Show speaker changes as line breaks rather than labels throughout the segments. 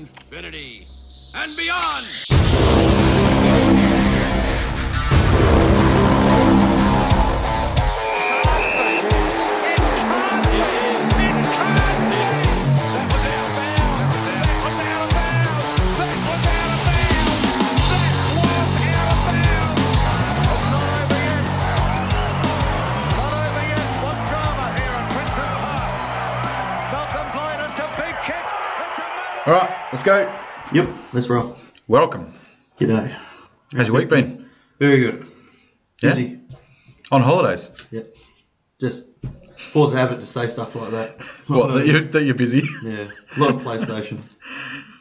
eternity and beyond.
All right, let's go.
Yep, let's roll.
Welcome.
G'day.
How's your week been?
Very good.
Yeah.
Busy.
On holidays.
Yep. Just force habit to say stuff like that.
What? That you're, that you're busy.
Yeah. A lot of PlayStation.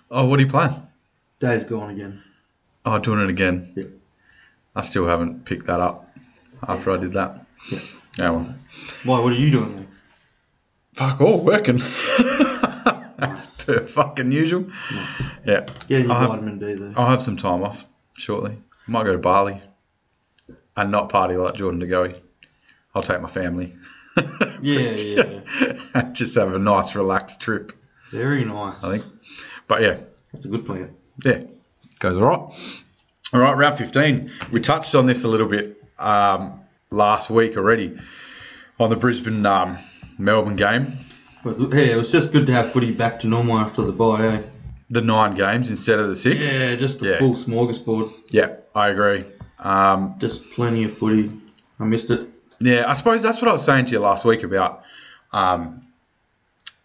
Oh, what are you playing?
Day's gone again.
Oh, doing it again.
Yep.
I still haven't picked that up after I did that.
Yeah.
Oh, well.
Why? What are you doing then?
Fuck all working. That's per fucking usual. Yeah.
Getting your
I'll have,
vitamin D there.
I'll have some time off shortly. Might go to Bali and not party like Jordan DeGoey. I'll take my family.
Yeah, yeah, yeah.
and Just have a nice, relaxed trip.
Very nice.
I think. But yeah,
That's a good plan.
yeah, goes all right. All right, round 15. We touched on this a little bit um, last week already on the Brisbane um, Melbourne game.
But it's- Hey, it was just good to have footy back to normal after the bye, eh?
The nine games instead of the six.
Yeah, just a
Yeah.
full smorgasbord.
Yeah, I agree. Um,
Just plenty of footy. I missed it.
yeah, I suppose that's what I was saying to you last week about um,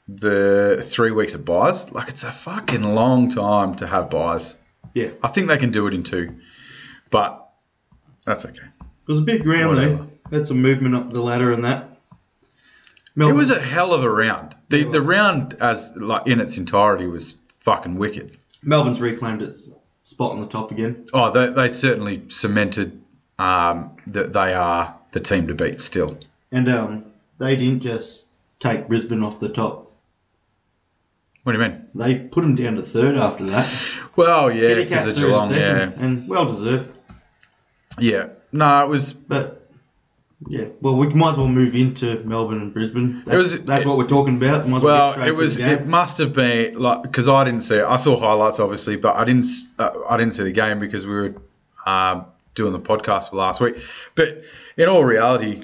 the three weeks of buys. Like, it's a fucking long time to have buys.
Yeah. It
I think they can do it in two, but that's okay.
was a big round
Whatever.
there. Had some movement up the ladder and that.
It
Melbourne-
was a hell of a round. The the round as like in its entirety was fucking wicked.
Melbourne's reclaimed its spot on the top again.
Oh, they, they certainly cemented um, that they are the team to beat still.
And um, they didn't just take Brisbane off the top.
What do you mean?
They put them down to third after that.
Well, yeah,
Kitty
because
Cat
of
third
Geelong. Yeah,
second, And well deserved.
yeah. No, it was.
But yeah, well, we might as well move into Melbourne and Brisbane. That's,
was-
that's
it-
what we're talking about. Might as get
Well,
straight
it
to the
was.
game.
It must have been like because I didn't see. It. I saw highlights obviously, but I didn't. s- Uh, I didn't see the game because we were um, doing the podcast for last week. But in all reality,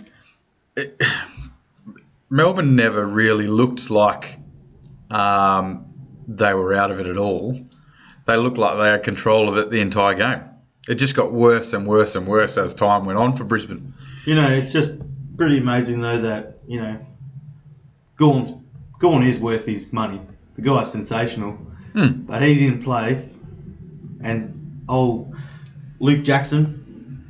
it, Melbourne never really looked like um, they were out of it at all. They looked like they had control of it the entire game. It just got worse and worse and worse as time went on for Brisbane.
You know, it's just pretty amazing though that you know, Gorn's Gorn is worth his money. The guy's sensational, but he didn't play, and old Luke Jackson,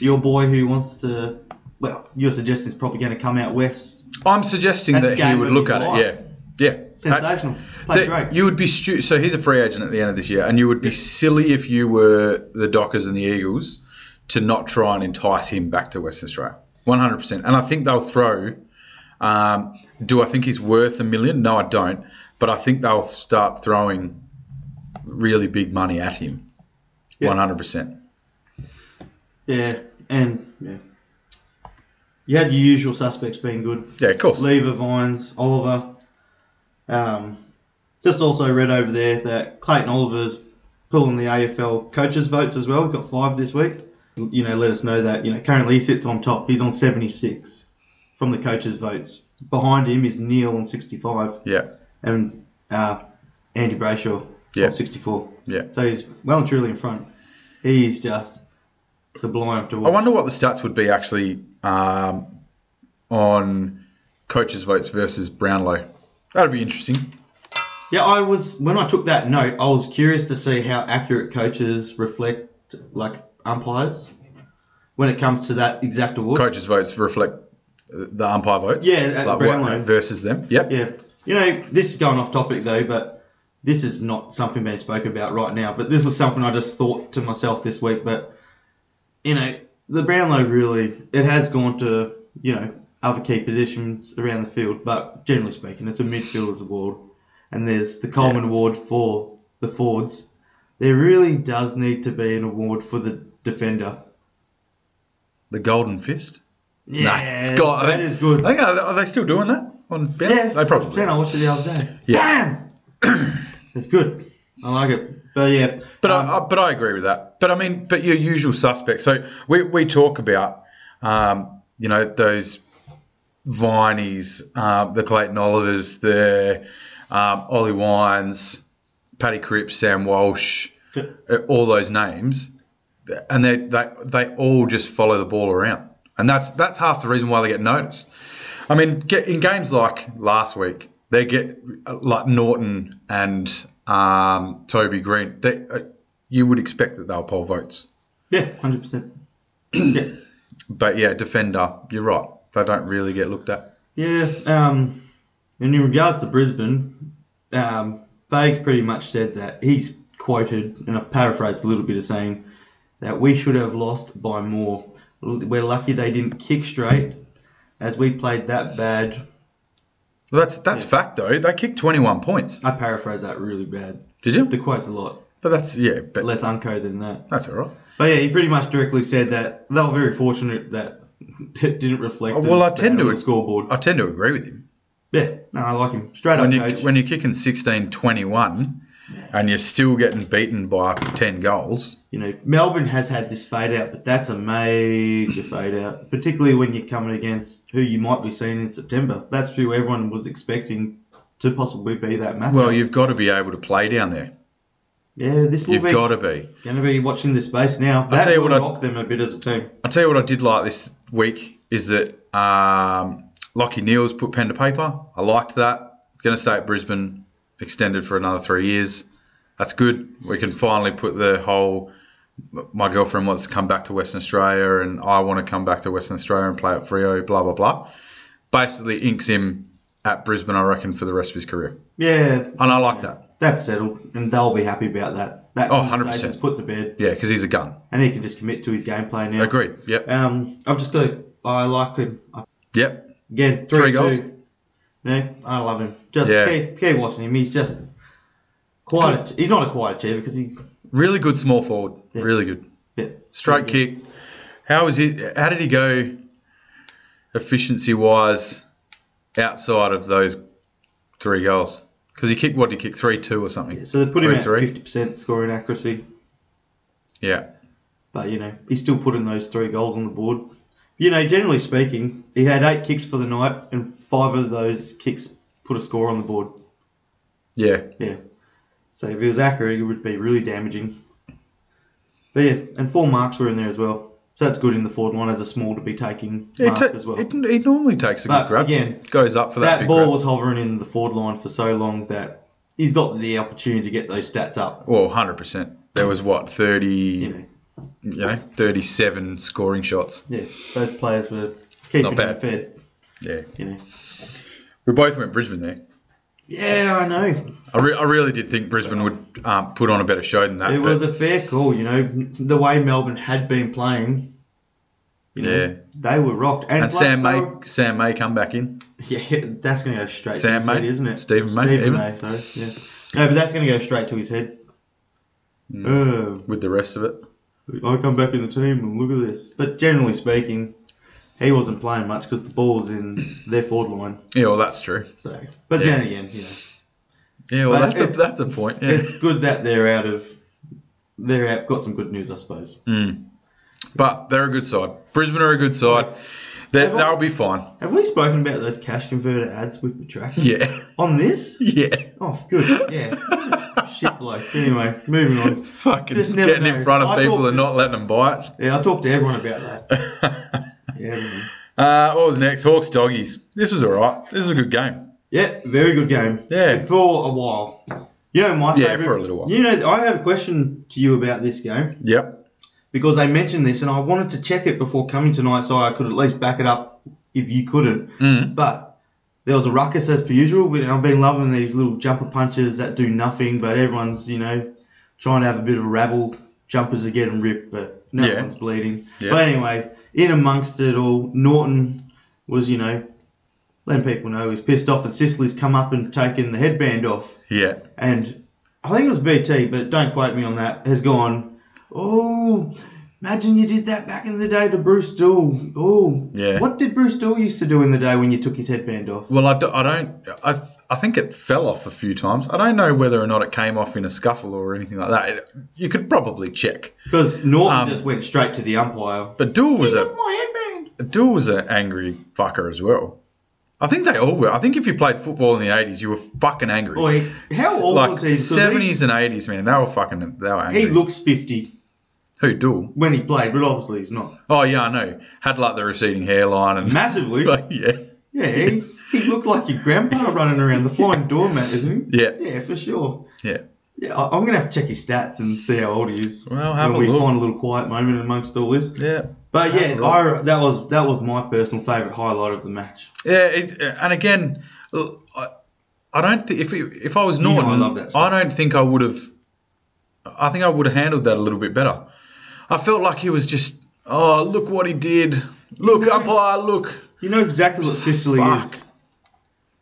your boy who wants to. Well, you're suggesting is probably going to come out west.
I'm suggesting
That's
that he
game
would
of
look
his
at
life.
it. Yeah, yeah. That-
Sensational, played
That-
great.
You would be stu- so he's a free agent at the end of this year, and you would be silly if you were the Dockers and the Eagles to not try and entice him back to Western Australia. One hundred percent, and I think they'll throw. Um, do I think he's worth a million? No, I don't. But I think they'll start throwing really big money at him.
Yeah.
One hundred percent.
yeah, and yeah, you had your usual suspects being good.
Yeah, of course.
Lever, Vines, Oliver. Um, just also read over there that Clayton Oliver's pulling the AFL coaches' votes as well. We've got five this week. You know, let us know that. You know, currently he sits on top. He's on 76 from the coaches' votes. Behind him is Neil on 65
Yeah,
and uh, Andy Brayshaw
Yeah.
on 64.
yeah.
So he's well and truly in front. He's just sublime to
I
watch.
wonder what the stats would be actually um, on coaches' votes versus Brownlow. That'd be interesting.
Yeah, I was when I took that note, I was curious to see how accurate coaches reflect like umpires when it comes to that exact award.
coaches' votes reflect uh, the umpire votes.
Yeah, at
like
Brownlow.
what, versus them. Yep.
Yeah, you know, this is going off topic though, but this is not something being spoken about right now. But this was something I just thought to myself this week. But you know, the Brownlow really it has gone to you know other key positions around the field, but generally speaking, it's a midfielders award, and there's the Coleman Award for the Fords. There really does need to be an award for the defender.
The golden fist.
Yeah,
nah, it's got. I
that
think,
is good.
I think are, are they still doing that on bounce?
Yeah,
they probably.
Man, I watched it the other day.
Yeah.
Bam! It's good. I like it. But yeah,
But I, I but I agree with that. But I mean, but your usual suspects. So we, we talk about um, you know those Vineys, uh, the Clayton Olivers, the um, Ollie Wines, Paddy Cripps, Sam Walsh,
Yep.
uh, all those names, and they, they they all just follow the ball around, and that's that's half the reason why they get noticed. I mean, get, in games like last week, they get uh, like Norton and um, Toby Green. They, uh, you would expect that they'll poll votes,
yeah, hundred percent. Yeah,
but yeah, defender, you're right. They don't really get looked at.
yeah. Um, and in regards to Brisbane, um, Fags pretty much said that he's quoted, and I've paraphrased a little bit of saying that we should have lost by more. L- We're lucky they didn't kick straight, as we played that bad.
Well, that's that's fact though. They kicked 21 points.
I paraphrase that really bad.
Did you?
The quote's a lot
But that's yeah, but
less unco than that.
that's all right.
But yeah, he pretty much directly said that they were very fortunate that it didn't reflect.
Oh, Well,
on-
I tend
on
to
the scoreboard.
I tend to agree with him.
Yeah, no, I like him. Straight
when
up,
you
coach.
when you're kicking 16 21 and you're still getting beaten by 10 goals
you know, Melbourne has had this fade out, but that's a major fade out, particularly when you're coming against who you might be seeing in September. That's who everyone was expecting to possibly be that match.
well you've got to be able to play down there
yeah, this will
you've
be
got to be
going to be watching this space now. That
tell you
will
what I-
rock them a bit as a team.
i'll tell you what i did like this week is that um, lockie neals put pen to paper i liked that going to stay at brisbane extended for another three years that's good we can finally put the whole my girlfriend wants to come back to western australia and i want to come back to western australia and play at frio blah blah blah basically inks him at brisbane i reckon for the rest of his career
Yeah,
And I like that.
that's settled, and they'll be happy about that. That
Oh, 100%.
conversation's put to bed,
Yeah, because he's a gun.
and he can just commit to his gameplay now.
Agreed. Yep.
Um, I've just got. I like him.
Yep.
Again, three,
Three goals.
two. No, I love him. Just
Yeah.
keep, keep watching him. He's just quite. A, he's not a quiet achiever because he.
Really good small forward. Really good.
Yeah,
Straight
Mm-hmm.
kick. How is he? How did he go efficiency wise outside of those three goals? Because he kicked what? Did he kick three two or something?
so they put him
Three,
at
three.
fifty percent scoring accuracy,
Yeah.
but you know he's still putting those three goals on the board. You know, generally speaking, he had eight kicks for the night, and five of those kicks put a score on the board.
Yeah.
Yeah. So if he was accurate, it would be really damaging. But yeah, and four marks were in there as well. So that's good in the forward line as a small to be taking
It,
marks
ta-
as well.
it, it normally takes a
But
good grab.
again,
goes up for that,
that
big
ball
grab.
was hovering in the forward line for so long that he's got the opportunity to get those stats up.
well, hundred percent. There was what thirty,
You
you
know,
know, thirty-seven scoring shots.
yeah, those players were keeping him
bad.
fed.
Yeah,
You know,
we both went Brisbane there.
yeah, I know.
I, re- I really did think Brisbane would um, put on a better show than that.
It
but-
was a fair call. You know, the way Melbourne had been playing, you know,
Yeah.
they were rocked. And,
And
plus
Sam
they
May,
were-
Sam May come back in.
Yeah, that's going to go straight
Sam
to his head,
May?
isn't it?
Stephen May, even?
sorry. Yeah. No, but that's going to go straight to his head.
Hmm.
Oh,
with the rest of it.
I come back in the team and look at this. But generally speaking, he wasn't playing much because the ball was in their forward line.
Yeah, well, that's true.
So, but
Yeah.
then again, you know,
Yeah, well,
But
that's a
it-
that's a point. Yeah.
it's good that they're out of. They're out, got some good news, I suppose.
Mm. But they're a good side. Brisbane are a good side. They,
They've al-
they'll be fine.
Have we spoken about those cash converter ads we've been tracking?
Yeah,
On this?
yeah.
Oh, good. Yeah. Shit, bloke. Anyway, moving on.
Fucking
Just never
getting in
know.
front of
I
people
talked
and
to-
not letting them buy it.
Yeah, I talked to everyone about that. yeah, everyone.
Uh, what was next? Hawks doggies. This was all right. This was a good game.
yeah, very good game.
Yeah.
for a while. You know my
Yeah,
favorite,
for a little while.
You know, I have a question to you about this game
Yep.
because they mentioned this, and I wanted to check it before coming tonight, so I could at least back it up if you couldn't.
Mm.
But there was a ruckus as per usual. We- I've been loving these little jumper punches that do nothing, but everyone's you know trying to have a bit of a rabble. Jumpers are getting ripped, but no
Yeah.
one's bleeding.
Yeah.
But anyway, in amongst it all, Norton was you know letting people know he's pissed off, and Sicily's come up and taken the headband off
Yeah.
and I think it was BT, but don't quote me on that, has gone, oh, Imagine you did that back in the day to Bruce Dool. Oh,
Yeah.
What did Bruce Dool used to do in the day when you took his headband off?
Well, I, do, not I, th- I think it fell off a few times. I don't know whether or not it came off in a scuffle or anything like that. It, you could probably check.
Because Norton
Um,
just went straight to the umpire.
But Duel was a
My headband.
Duel was an angry fucker as well. I think they all were. I think if you played football in the eighties, you were fucking angry.
Boy, how old
like
was he? 'Cause he-
Seventies and eighties, man. They were fucking. They were angry.
He looks fifty
Who Duel?
when he played, but obviously he's not.
Oh yeah, I know. Had like the receding hairline and
Massively,
like, yeah,
yeah. He, he looked like your grandpa running around the flying doormat, isn't he?
Yeah.
yeah, for sure.
yeah.
Yeah, I- I'm gonna have to check his stats and see how old he is.
Well, have
when
a
we
look.
find a little quiet moment amongst all this.
Yeah.
But yeah,
a
I, that was that was my personal favourite highlight of the match.
Yeah, it, and again, l- I, I don't think if it- if I was
know I
Norton,
love that stuff.
I don't think I would have. I think I would have handled that a little bit better. I felt like he was just, oh, look what he did. Look, umpire, look.
You know exactly what Sicily is.
Fuck.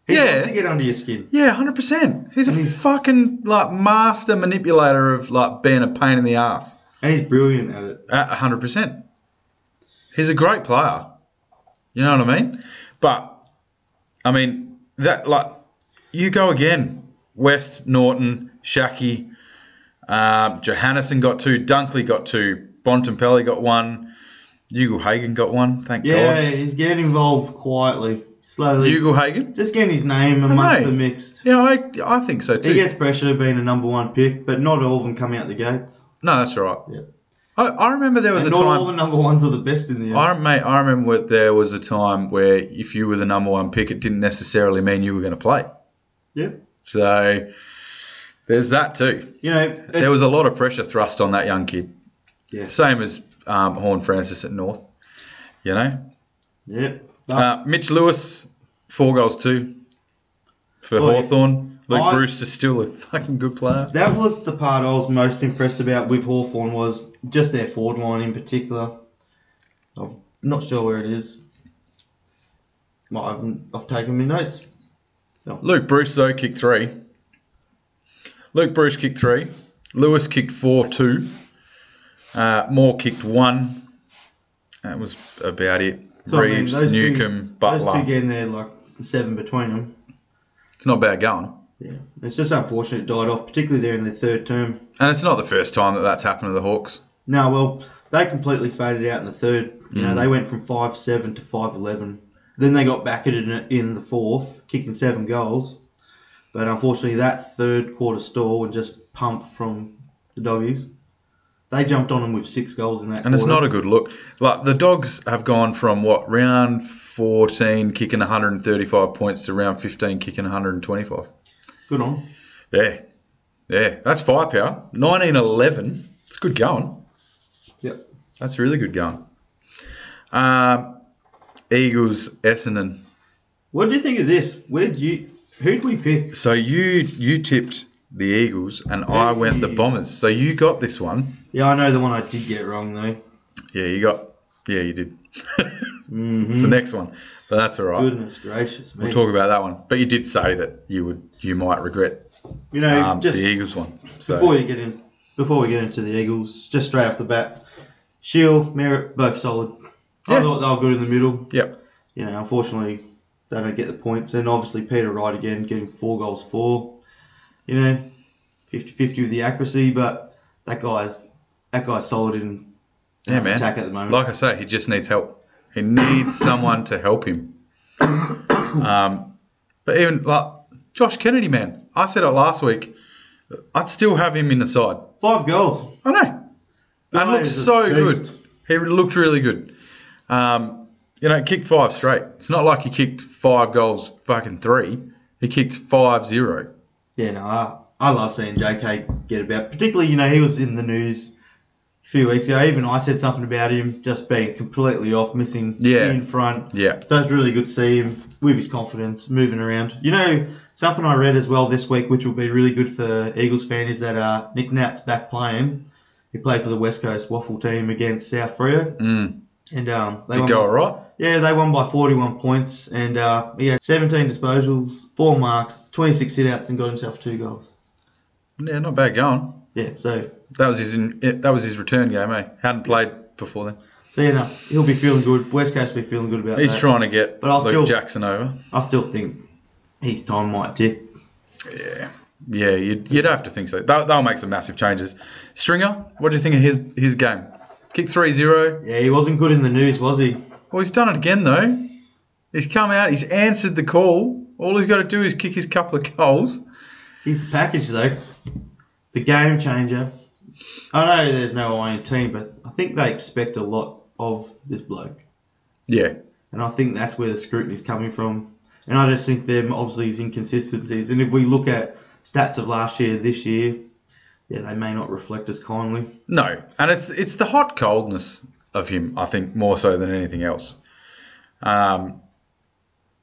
He
Yeah.
wants to get under your skin.
Yeah, hundred percent. He's a fucking like master manipulator of like being a pain in the ass.
And he's brilliant at it.
hundred percent. He's a great player. You know what I mean? But I mean that like you go again. West, Norton, Shaki, um, Johannesson got two, Dunkley got two, Bontempelli got one, Hugo Hagen got one, thank
Yeah,
God.
he's getting involved quietly, slowly.
Hugo Hagen?
Just getting his name amongst
know.
the mixed.
Yeah, I, I think so too.
He gets pressure being a number one pick, but not all of them come out the gates.
no, that's all right.
Yeah.
I, I remember there was
Not
a time
all the number ones are the best in the end.
I mate, I remember there was a time where if you were the number one pick, it didn't necessarily mean you were going to play.
Yeah.
So there's that too.
You know, it's,
There was a lot of pressure thrust on that young kid.
Yeah.
Same as um, Horn Francis at North. You know,
yeah.
uh, Mitch Lewis, four goals two for
Well,
Hawthorn. Luke
I-
Bruce is still a fucking good player.
That was the part I was most impressed about with Hawthorn was just their forward line in particular. I'm not sure where it is. Well, I've, I've taken my notes.
Luke Bruce though kicked three. Luke Bruce kicked three. Lewis kicked four two. Uh, Moore kicked one. That was about it.
So, I mean,
Reeves,
those two-
Newcomb,
Those two
Butler.
getting there like seven between them.
It's not bad going,
Yeah, it's just unfortunate it died off, particularly there in their third term.
and it's not the first time that that's happened to the Hawks.
No, well, they completely faded out in the third. You
Mm.
know, they went from five seven to five eleven. Then they got back at it in- in the fourth, kicking seven goals. But unfortunately, that third quarter stall and just pump from the doggies. They jumped on them with six goals in that.
And it's not a good look. Like the Dogs have gone from what round fourteen kicking 135 points to round 15 kicking 125.
good on.
Yeah, yeah, that's firepower. 1911. It's good going.
Yep.
That's really good going. Um, Eagles, Essendon.
What do you think of this? Where would you? Who'd we pick?
So you you tipped the Eagles, and I went the Bombers. So you got this one.
Yeah, I know the one I did get wrong though.
Yeah, you got. Yeah, you did. It's the next one, but that's all right.
Goodness gracious me!
We'll talk about that one. But you did say that you would you might regret
you know,
um,
just
the Eagles one.
Before
So
you get in, before we get into the Eagles, just straight off the bat, Shield, Merritt, both solid. I
Yeah.
thought they were good in the middle.
yep,
You know, unfortunately, they don't get the points. And obviously, Peter Wright again getting four goals, four. You know, 50-50 with the accuracy, but that guy's that guy's solid in
yeah, man.
attack at the moment.
Like I say, he just needs help. He needs someone to help him. Um, but even like Josh Kennedy, man, I said it last week. I'd still have him in the side.
Five goals.
I know. and looked
is a
so
beast.
good. He looked really good. Um, you know, kicked five straight. It's not like he kicked five goals, fucking three. He kicked five zero.
Yeah, no, I, I love seeing JK get about. Particularly, you know, he was in the news a few weeks ago. Even I said something about him just being completely off, missing
Yeah.
in front.
Yeah.
So it's really good to see him with his confidence, moving around. You know, something I read as well this week, which will be really good for Eagles fan, is that uh, Nick Nat's back playing. He played for the West Coast Waffle team against South Freo. Mm. And um, they
Did
won
go
by-
all right.
yeah, they won by 41 points, and uh, he had 17 disposals, four marks, 26 hit-outs, and got himself two goals.
Yeah, not bad going.
Yeah, so
That was his. In, that was his return game. Eh? Hadn't played before then.
So you know he'll be feeling good. West Coast will be feeling good about
He's
that.
trying to get
But I'll
Luke
still-
Jackson over.
I still think his time might dip.
Yeah, you'd, you'd have to think so. They'll, they'll make some massive changes. Stringer, what do you think of his his game? Kick 3 0.
Yeah, he wasn't good in the news, was he?
Well, he's done it again, though. He's come out, he's answered the call. All he's got to do is kick his couple of goals.
He's the package though. The game changer. I know there's no I in team, but I think they expect a lot of this bloke.
Yeah,
And I think that's where the scrutiny's coming from. And I just think them obviously his inconsistencies. And if we look at stats of last year, this year, yeah, they may not reflect as kindly.
no. And it's, it's the hot coldness of him, I think, more so than anything else. Um,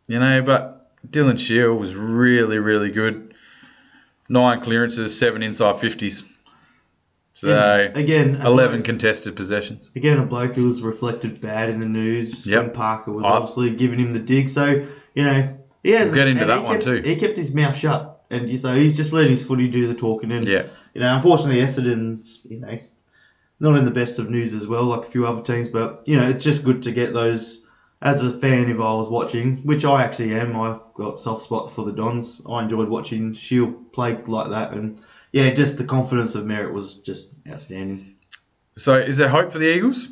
you know, but Dylan Shear was really, really good. Nine clearances, seven inside 50s. So,
Again, a
11
bloke-
contested possessions.
again, a bloke who was reflected bad in the news.
Yep.
when Parker was
I-
obviously giving him the dig. So you know, he has.
We'll get into
and
that
he
one
kept-
too.
He kept his mouth shut, and you- so he's just letting his footy do the talking. And
Yeah.
you know, unfortunately, Essendon's you know not in the best of news as well, like a few other teams. But you know, it's just good to get those. As a fan, if I was watching, which I actually am, I've got soft spots for the Dons. I enjoyed watching Shield play like that, and yeah, just the confidence of Merritt was just outstanding.
So, is there hope for the Eagles?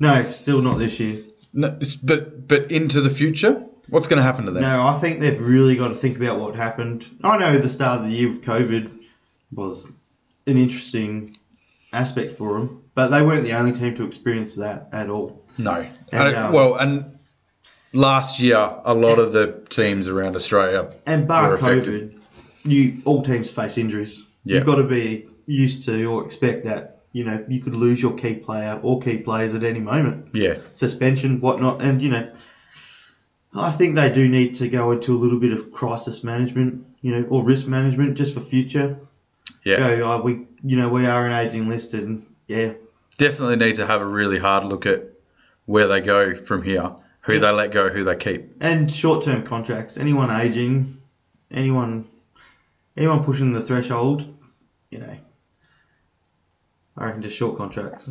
No, still not this year.
No, it's- but but into the future, what's going to happen to them?
No, I think they've really got to think about what happened. I know the start of the year with COVID was an interesting aspect for them, but they weren't the only team to experience that at all.
No. And,
And,
it-
uh,
well, and last year, a lot of the teams around Australia
And bar
were affected.
COVID, you all teams face injuries.
Yeah.
You've got to be used to or expect that you know you could lose your key player or key players at any moment.
Yeah,
suspension, whatnot, and you know, I think they do need to go into a little bit of crisis management, you know, or risk management just for future.
yeah.
Go, uh, we, you know, we are an aging list, and yeah,
Definitely need to have a really hard look at where they go from here, who they let go, who they keep.
and short-term contracts. Anyone aging, anyone, anyone pushing the threshold, you know, I reckon just short contracts.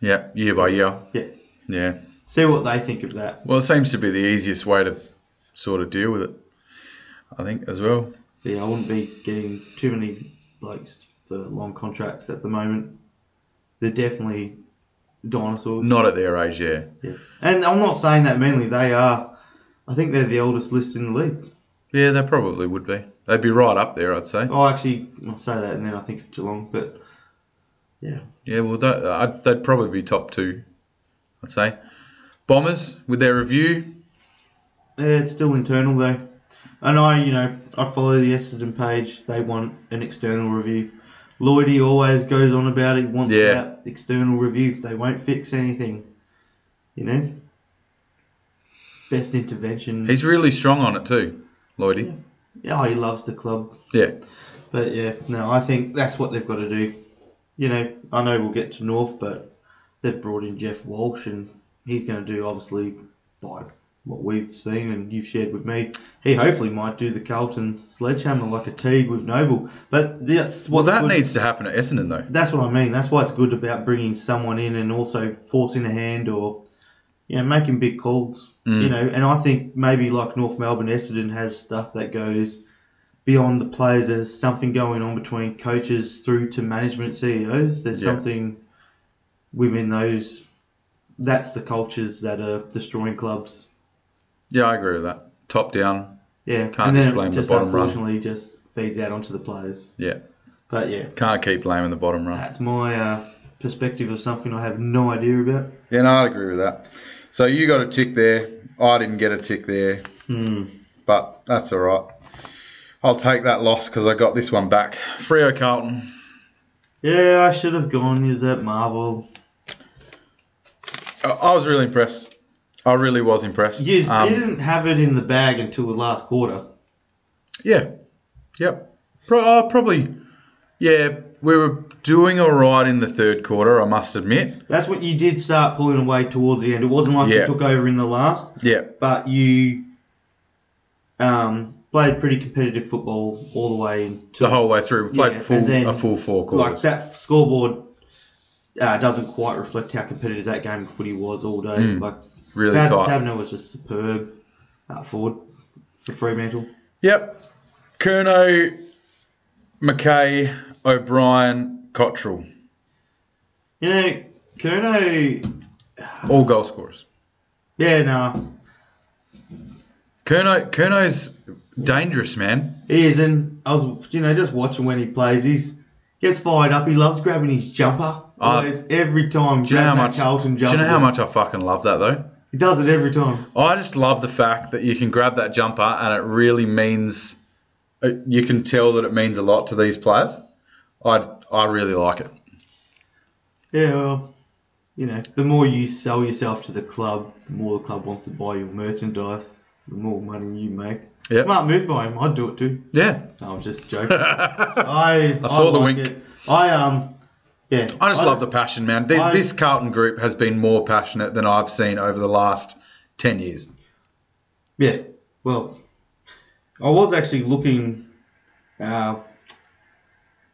Yeah, year by year.
Yeah,
Yeah.
see what they think of that.
Well, it seems to be the easiest way to sort of deal with it, I think, as well.
But yeah, I wouldn't be getting too many blokes for long contracts at the moment. They're definitely dinosaurs.
Not at their age, yeah.
Yeah. And I'm not saying that meanly. They are, I think they're the oldest list in the league.
Yeah, they probably would be. They'd be right up there, I'd say.
Oh, actually, I'll say that and then I think of Geelong, but yeah.
Yeah, well, that, uh, I'd, they'd probably be top two, I'd say. Bombers with their review.
Yeah, it's still internal though. And I, you know, I follow the Essendon page. They want an external review. Lloydie always goes on about it. Wants
Yeah.
that external review. They won't fix anything. You know, best intervention.
He's really strong on it too, Lloydie.
yeah, he loves the club.
Yeah,
But yeah, no, I think that's what they've got to do. You know, I know we'll get to North, but they've brought in Jeff Walsh, and he's going to do obviously by what we've seen and you've shared with me. He hopefully might do the Carlton sledgehammer like a Teague with Noble. But that's
well,
what
that needs to happen at Essendon though.
That's what I mean. That's why it's good about bringing someone in and also forcing a hand or you know making big calls. You
Mm.
know, and I think maybe like North Melbourne, Essendon has stuff that goes beyond the players. There's something going on between coaches through to management CEOs. There's
Yeah.
something within those. That's the cultures that are destroying clubs.
Yeah, I agree with that. Top down.
Yeah,
Can't
and then
just
it
blame the
just
bottom rung.
unfortunately just feeds out onto the players.
Yeah,
But yeah,
can't keep blaming the bottom run.
that's my uh, perspective of something I have no idea about.
Yeah, no, I'd agree with that. So you got a tick there. I didn't get a tick there,
Hmm.
but that's all right. I'll take that loss because I got this one back. Frio Carlton.
Yeah, I should have gone. Is that Marvel?
I, I was really impressed. I really was impressed.
You
Um,
didn't have it in the bag until the last quarter.
Yeah. Yep. Pro- oh, probably. Yeah, we were doing all right in the third quarter, I must admit.
That's what you did start pulling away towards the end. It wasn't like
Yeah.
you took over in the last,
Yeah.
but you um, played pretty competitive football all the way into
The whole way through. We played
Yeah,
full,
and then,
a full four
like
quarters.
that scoreboard. uh, doesn't quite reflect how competitive that game of footy was all day. Like
Hmm. Really
Tav-
tight.
Taverner was just superb uh, forward for Fremantle.
Yep. Kurno, McKay, O'Brien, Cottrell.
You know, Kurno,
All goal scorers.
yeah, nah,
Kurno, Kurno's dangerous, man.
He is, and I was, you know, just watching when he plays. He's gets fired up. He loves grabbing his jumper.
Ah.
Always, every time.
Do you know how
grabbing that
much?
Carlton
do you
jumper.
know how much Oh. I fucking love that though?
he does it every time?
I just love the fact that you can grab that jumper and it really means. it- You can tell that it means a lot to these players. I I really like it.
Yeah, well, you know, the more you sell yourself to the club, the more the club wants to buy your merchandise. The more money you make.
Yep.
Smart move by him. I'd do it too.
Yeah,
No, I'm just joking. I, I
saw the
like
wink.
it. I um, yeah.
I just love the passion, man. This,
I-
this Carlton group has been more passionate than I've seen over the last ten years.
Yeah. Well, I was actually looking uh,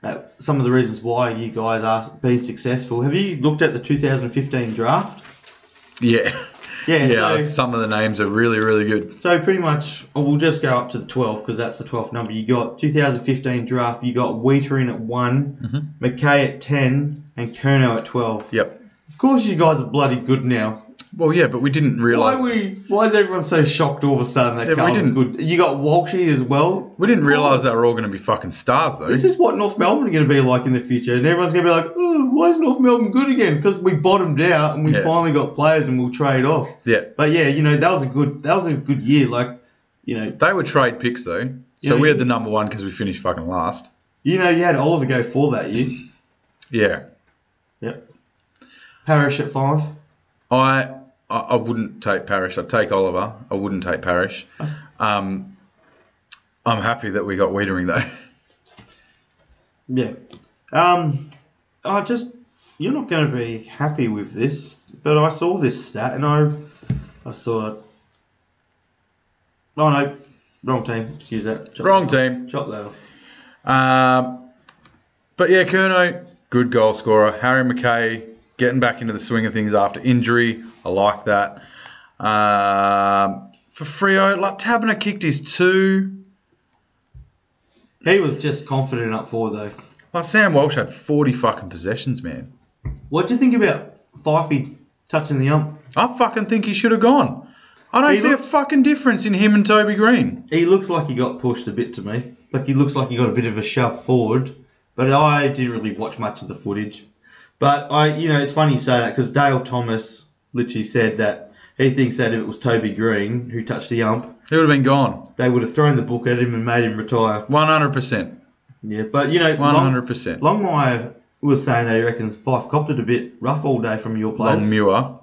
at some of the reasons why you guys are being successful. Have you looked at the 2015 draft?
Yeah,
Yeah.
yeah.
so,
some of the names are really, really good.
so pretty much, oh, we'll just go up to the 12 because that's the 12th number. You got 2015 draft. You got Wheater in at
Mm-hmm.
one, McKay at 10, and Kerno at 12.
Yep.
Of course, you guys are bloody good now.
Well, yeah, but we didn't
Why
realise
we? Why is everyone so shocked all of a sudden that
Yeah, we
Carlton's
didn't-
good? You got Walshy as well.
we didn't realise they were all going to be fucking stars though.
This is what North Melbourne are going to be like in the future, and everyone's going to be like, "Oh, why is North Melbourne good again?" Because we bottomed out and we
Yeah.
finally got players, and we'll trade off.
yeah,
But yeah, you know that was a good that was a good year. Like, you know,
they were trade picks though. So
Yeah.
we had the number one because we finished fucking last.
you know you had Oliver go four that year.
Yeah,
Yep. Parrish at five.
I I, I wouldn't take Parish. I'd take Oliver. I wouldn't take Parish. Um, I'm happy that we got Wiedering though.
Yeah. Um, I just you're not going to be happy with this, but I saw this stat and I I saw it. Oh no, wrong team. Excuse that. Chop
Wrong
that off.
team.
Chop that off.
Um, but yeah, Kurno, good goal scorer. Harry McKay getting back into the swing of things after injury. I like that. Um, for Frio, like Tabner kicked his two.
He was just confident up forward though.
Like Sam Walsh had forty fucking possessions, man.
What do you think about Fifey touching the ump?
I fucking think he should have gone. I don't
He
see a
looked-
fucking difference in him and Toby Green.
He looks like he got pushed a bit to me. Like he looks like he got a bit of a shove forward, but I didn't really watch much of the footage. But I, you know, it's funny you say that because Dale Thomas literally said that he thinks that if it was Toby Green who touched the ump,
He would have been gone,
they would have thrown the book at him and made him retire.
one hundred percent,
Yeah, but you know,
one
Long-
hundred percent.
Longmire was saying that he reckons Fife copped it a bit rough all day from your place.
Longmuir.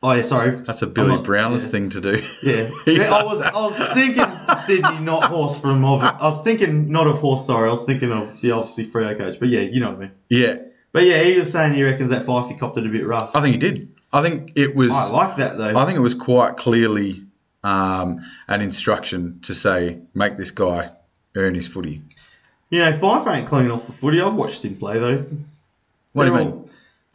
Oh yeah, sorry.
That's a Billy
Brownless
Brownless thing to do.
Yeah,
He
Yeah, I
does
was
that.
I was thinking Sydney, not horse from Mov. I was thinking not of horse. Sorry, I was thinking of the obviously Freo coach. But yeah, you know what I mean.
yeah,
But yeah, he was saying he reckons that Fifey copped it a bit rough.
I think he did. I think it was.
I like that
I
though.
think it was quite clearly um, an instruction to say, make this guy earn his footy.
You know, Fife ain't clean off the footy. I've watched him play though.
What do you
They're
mean?
all-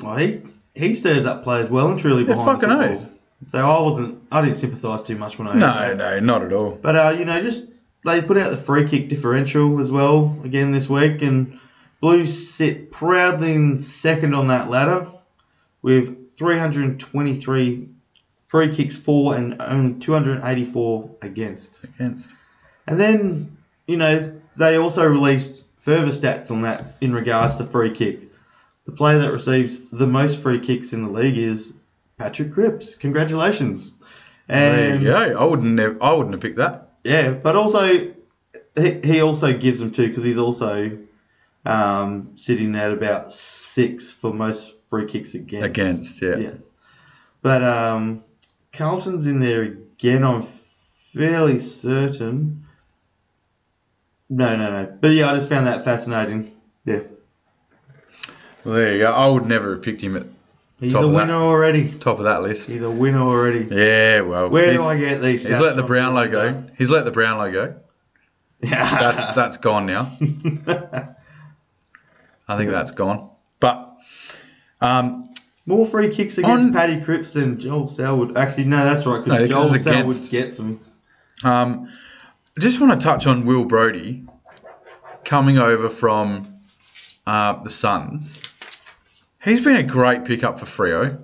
well, he he stirs up players well and truly behind
fucking
the football.
oath.
So I wasn't. I didn't sympathise too much when I heard
No,
that.
no, not at all.
But uh, you know, just they put out the free kick differential as well again this week, and Blues sit proudly in second on that ladder with 323 free kicks for and only 284 against.
Against.
And then you know they also released further stats on that in regards to free kick. The player that receives the most free kicks in the league is Patrick Cripps. Congratulations!
There
And
you go. I wouldn't have, I wouldn't have picked that.
yeah, but also he, he also gives them two because he's also um, sitting at about six for most free kicks against.
Against, yeah.
But um, Carlton's in there again. I'm fairly certain. No, no, no. But yeah, I just found that fascinating. Yeah,
Well, there you go. I would never have picked him at
he's
Top
a
of that.
winner already.
top of that list.
He's a winner already.
Yeah, well.
Where do
he's-
I get these?
He's
stats
let the
from?
brown logo. He's let the brown logo. That's that's gone now. I think that's gone. But Um,
More free kicks against
On-
Paddy Cripps and Joel Selwood. Actually, no, that's right,
No,
because
this
Joel
is
Selwood
against-
gets them.
um, I just want to touch on Will Brody coming over from uh, the Suns. He's been a great pickup for Frio.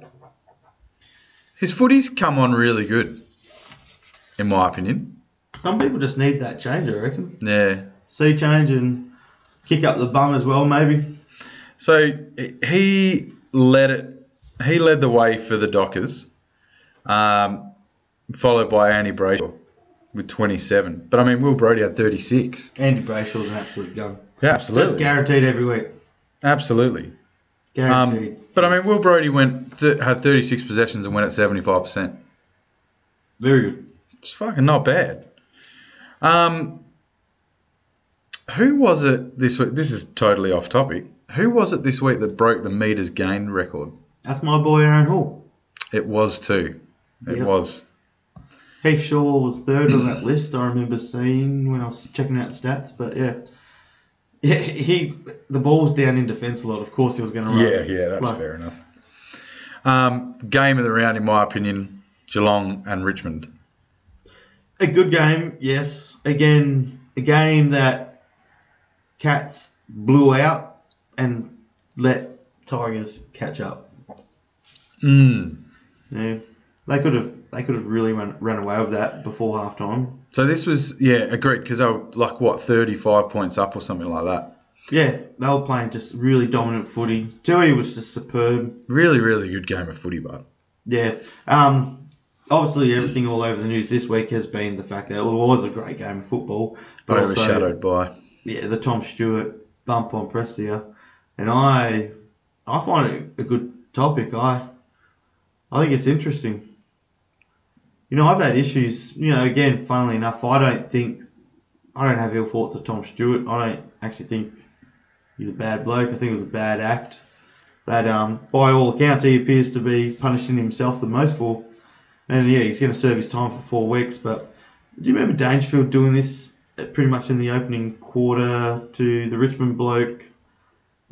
His footy's come on really good, in my opinion.
Some people just need that change, I reckon.
Yeah.
Sea change and kick up the bum as well, maybe.
So he led it. He led the way for the Dockers, um, followed by Andy Brayshaw with 27. But I mean, Will Brody had 36.
Andy Brayshaw's an absolute gun.
Yeah,
That's
absolutely,
guaranteed every week.
Um, absolutely.
Guaranteed.
Um, but I mean, Will Brody went th- had 36 possessions and went at 75 percent.
Very good.
It's fucking not bad. Um, who was it this week? This is totally off topic. Who was it this week that broke the meters gained record?
That's my boy Aaron Hall.
It was too. It
Yep.
was.
Keith Shaw was third on that list. I remember seeing when I was checking out stats, but yeah, yeah, he the ball was down in defence a lot. Of course, he was going to run.
Yeah, yeah, that's
Like,
fair enough. Um, game of the round, in my opinion, Geelong and Richmond.
A good game, yes. Again, a game that Cats blew out and let Tigers catch up. Mm. Yeah, they could have they could have really run, run away with that before half time.
So this was, yeah, agreed, because they were like, what, 35 points up or something like that.
Yeah, they were playing just really dominant footy. Dewey was just superb.
Really, really good game of footy, but
Yeah. Um, obviously, everything all over the news this week has been the fact that it was a great game of football. But also,
overshadowed by.
yeah, the Tom Stewart bump on Prestia. And I I find it a good topic. I I think it's interesting. You know, I've had issues, you know, again, funnily enough, I don't think I don't have ill thoughts of Tom Stewart. I don't actually think he's a bad bloke. I think it was a bad act. That um, by all accounts he appears to be punishing himself the most for. And yeah, he's gonna serve his time for four weeks, but do you remember Dangerfield doing this at- pretty much in the opening quarter to the Richmond bloke?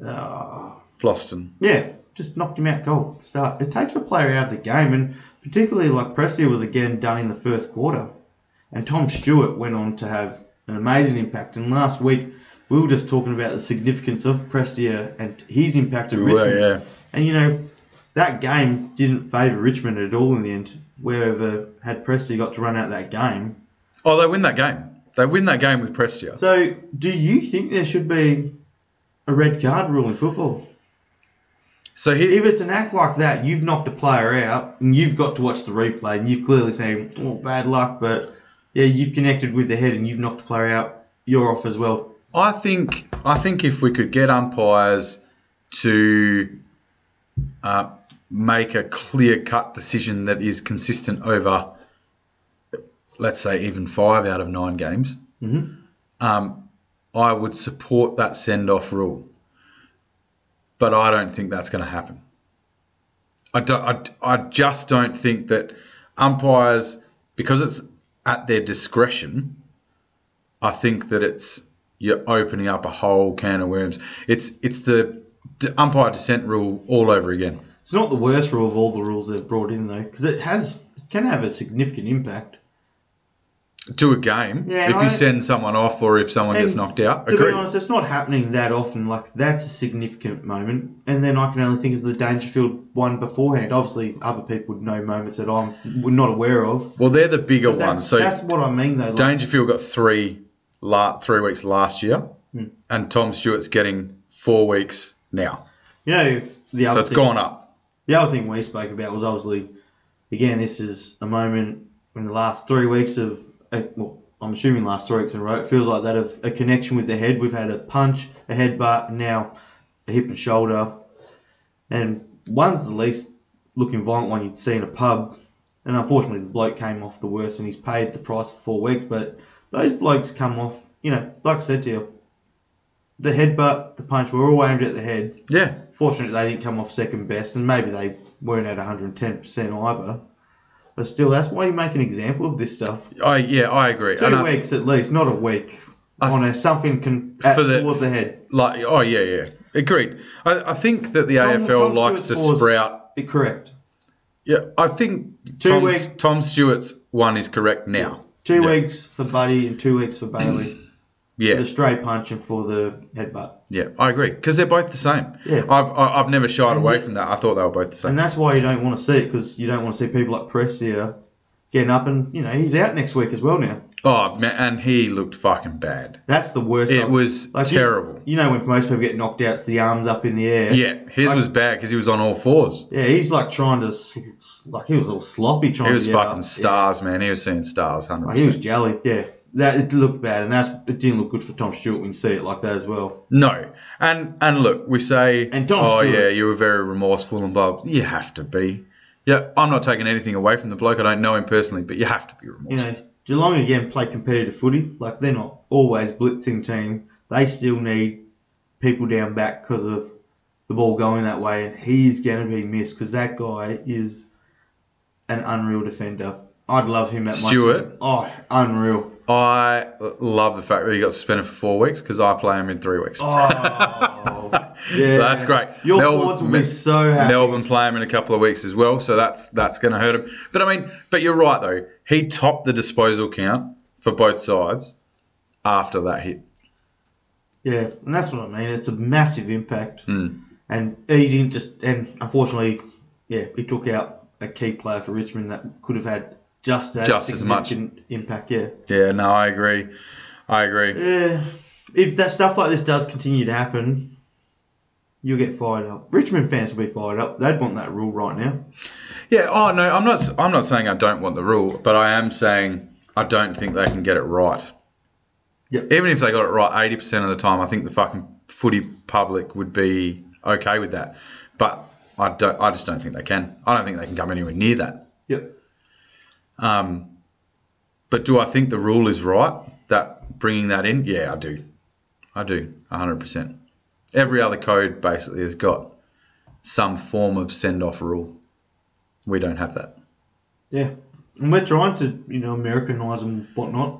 Uh,
Floston.
yeah, just knocked him out cold. Start. It takes a player out of the game, and particularly like Presley was again done in the first quarter. And Tom Stewart went on to have an amazing impact. And last week, we were just talking about the significance of Prestia and his impact at
We
Richmond.
were, yeah.
And you know, that game didn't favour Richmond at all in the end. Wherever had Prestia got to run out that game,
Oh, they win that game. They win that game with Prestia.
so, do you think there should be a red card rule in football?
So he,
If it's an act like that, you've knocked a player out and you've got to watch the replay and you've clearly seen, oh, bad luck, but yeah, you've connected with the head and you've knocked a player out. You're off as well.
I think, I think if we could get umpires to uh, make a clear-cut decision that is consistent over, let's say, even five out of nine games, um, I would support that send-off rule. But I don't think that's going to happen. I, do, I, I just don't think that umpires, because it's at their discretion, I think that it's you're opening up a whole can of worms. It's it's the d- umpire dissent rule all over again.
It's not the worst rule of all the rules they've brought in, though, because it has can have a significant impact.
To a game,
Yeah,
if
I-
you send someone off or if someone gets
And
knocked out,
To
agree.
be honest, it's not happening that often. Like that's a significant moment, and then I can only think of the Dangerfield one beforehand. Obviously, other people would know moments that I'm not aware of.
Well, they're the bigger
That's,
ones. So
that's what I mean, though. Like,
Dangerfield got three la- three weeks last year,
Hmm.
and Tom Stewart's getting four weeks now.
you know, the other
So it's
thing,
gone up.
The other thing we spoke about was obviously, again, this is a moment in the last three weeks of, uh, well, I'm assuming last three weeks in a row, it feels like that of a connection with the head. We've had a punch, a headbutt, and now a hip and shoulder. And one's the least looking violent one you'd see in a pub. And unfortunately, the bloke came off the worst and he's paid the price for four weeks. But those blokes come off, you know, like I said to you, the headbutt, the punch, we're all aimed at the head
Yeah.
fortunate they didn't come off second best, and maybe they weren't at 110% either. But still, that's why you make an example of this stuff.
I yeah, I agree.
Two
And I-
weeks at least, not a week.
I
on her, something can at,
for the-
towards the head.
Like, oh yeah, yeah, agreed. I, I think that the
Tom-
AFL
Tom
likes to
Stewart's was-
sprout.
Be correct.
Yeah, I think
Two
Tom's,
week-
Tom Stewart's one is correct now.
Two
Yeah.
weeks for Buddy and two weeks for Bailey.
Yeah,
the stray punch and for the headbutt.
yeah, I agree because they're both the same.
Yeah.
I've I- I've never shied away from that. I thought they were both the same.
And that's why you don't want to see it because you don't want to see people like Prestia getting up and, you know, he's out next week as well now.
Oh man, and he looked fucking bad.
That's the worst.
It
I've-
was
you-
terrible.
You, know, when most people get knocked out, it's the arms up in the air.
Yeah, his was bad because he was on all fours.
Yeah, he's like trying to, sl- sl- like, he was all sloppy trying
He was
to. get
fucking
up.
stars, man. He was seeing stars, hundred
Yeah. Oh, Like, he was
percent.
jelly, yeah. That It looked bad, and that's it didn't look good for Tom Stewart when you see it like that as well.
No, and and look, we say,
And Tom
oh
Stewart.
yeah, you were very remorseful and blah. blah." You have to be. Yeah, I'm not taking anything away from the bloke. I don't know him personally, but you have to be
You
remorseful.
know, Geelong again play competitive footy. Like, they're not always blitzing team. They still need people down back because of the ball going that way, and he's going to be missed because that guy is an unreal defender. I'd love him at my
Stewart?
team. Oh, unreal.
I love the fact that he got suspended for four weeks because I play him in three weeks.
Oh, yeah.
So that's great.
Your
Mel-
thoughts will be so happy.
Melbourne play him in a couple of weeks as well, so that's that's going to hurt him. But I mean, but you're right though. He topped the disposal count for both sides after that hit.
Yeah, and that's what I mean. It's a massive impact,
Hmm.
and he didn't just. And unfortunately, yeah, he took out a key player for Richmond that could have had just as
Just as much.
significant impact. Yeah,
Yeah, no, I agree. I agree.
yeah. If that stuff like this does continue to happen, you'll get fired up. Richmond fans will be fired up. They'd want that rule right now.
Yeah. Oh no, I'm not. I'm not saying I don't want the rule, but I am saying I don't think they can get it right.
Yep.
Even if they got it right eighty percent of the time, I think the fucking footy public would be okay with that. But I don't. I just don't think they can. I don't think they can come anywhere near that.
Yep.
But do I think the rule is right that bringing that in? Yeah, I do. I do, 100%. Every other code basically has got some form of send off rule. We don't have that.
Yeah. And we're trying to, you know, Americanise and whatnot.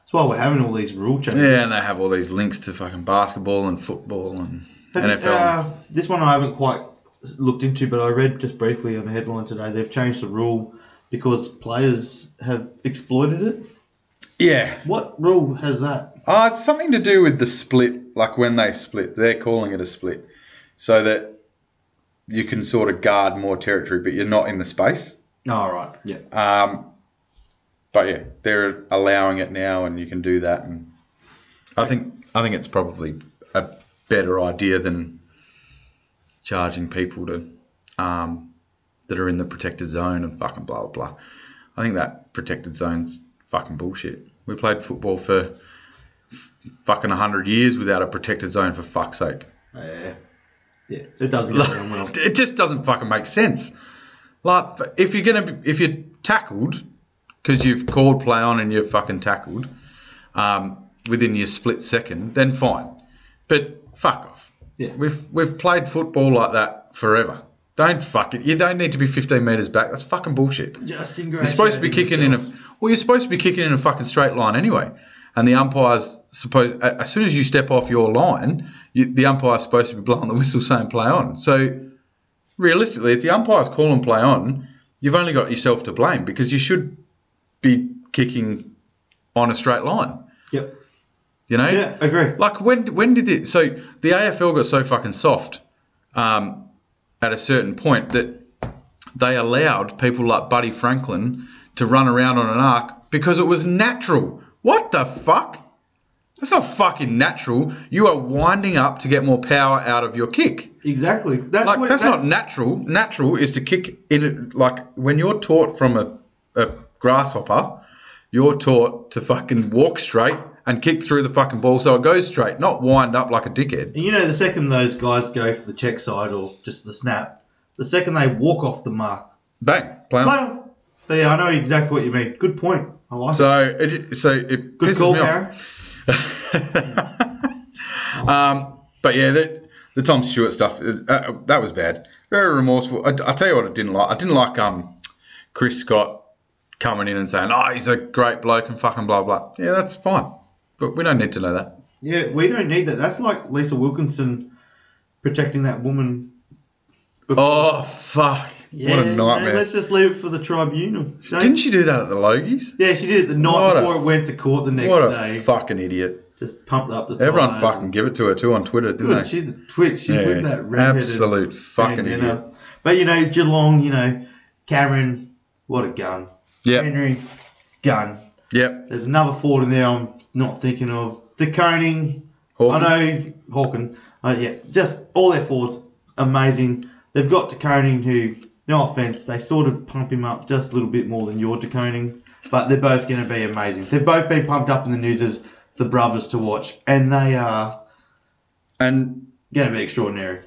That's why we're having all these rule changes.
Yeah, and they have all these links to fucking basketball and football and
Have you-
NFL.
uh, this one I haven't quite looked into, but I read just briefly on the headline today. They've changed the rule because players have exploited it.
yeah.
What rule has that?
Uh, it's something to do with the split, like when they split. They're calling it a split so that you can sort of guard more territory, but you're not in the space.
All right. Yeah.
Um, but yeah, they're allowing it now, and you can do that. And I think I think it's probably a better idea than charging people to um, that are in the protected zone and fucking blah blah blah. I think that protected zone's fucking bullshit. We played football for f- fucking hundred years without a protected zone for fuck's sake.
Yeah. Yeah. It doesn't go down well.
It just doesn't fucking make sense. Like, if you're gonna, be, if you're tackled because you've called play on and you're fucking tackled um, within your split second, then fine. But fuck off.
Yeah.
We've we've played football like that forever. Don't fuck it. You don't need to be 15 meters back. That's fucking bullshit.
Justin
You're supposed to be kicking in a well. You're supposed to be kicking in a fucking straight line anyway, and the umpire's supposed a- as soon as you step off your line, you, the umpire's supposed to be blowing the whistle saying play on. So realistically, if the umpire's calling play on, you've only got yourself to blame because you should be kicking on a straight line.
Yep.
You know?
Yeah, agree.
Like when when did it? So the AFL got so fucking soft um, at a certain point that they allowed people like Buddy Franklin to run around on an arc because it was natural. What the fuck? That's not fucking natural. You are winding up to get more power out of your kick.
Exactly. That's
Like
what,
that's, not natural. Natural is to kick in it. Like when you're taught from a, a grasshopper, you're taught to fucking walk straight and kick through the fucking ball so it goes straight, not wind up like a dickhead.
And you know, the second those guys go for the check side or just the snap, the second they walk off the mark,
Bang, play on.
Well, so yeah, I know exactly what you mean. Good point. I like it.
So it so it
Good
pisses
call,
me off.
Aaron.
But yeah, that the Tom Stewart stuff uh, uh, that was bad. Very remorseful. I, I tell you what, I didn't like. I didn't like um, Chris Scott coming in and saying, "Oh, he's a great bloke and fucking blah blah." Yeah, that's fine. But we don't need to know that.
Yeah, we don't need that. That's like Lisa Wilkinson protecting that woman.
Oh fuck!
Yeah,
what a
no,
nightmare!
let's just leave it for the tribunal. Don't-
Didn't she do that at the Logies?
Yeah, she did it the night
What a-
before it went to court the next
What a
day.
fucking idiot!
just pumped up the
Everyone
tires.
fucking give it to her too on Twitter, didn't
Good,
they?
she's a twitch. She's
Yeah,
with that redheaded
absolute fucking
bandana.
idiot.
But you know, Geelong, you know, Cameron, what a gun.
Yep,
Henry, gun.
yep.
There's another forward in there I'm not thinking of. The Coning,
Hawkins.
I know Hawken. Uh, yeah, just all their forwards, amazing. They've got De Koning who, no offense, they sort of pump him up just a little bit more than your De Koning, but they're both going to be amazing. They've both been pumped up in the news as the brothers to watch, and they are
And
going to be extraordinary.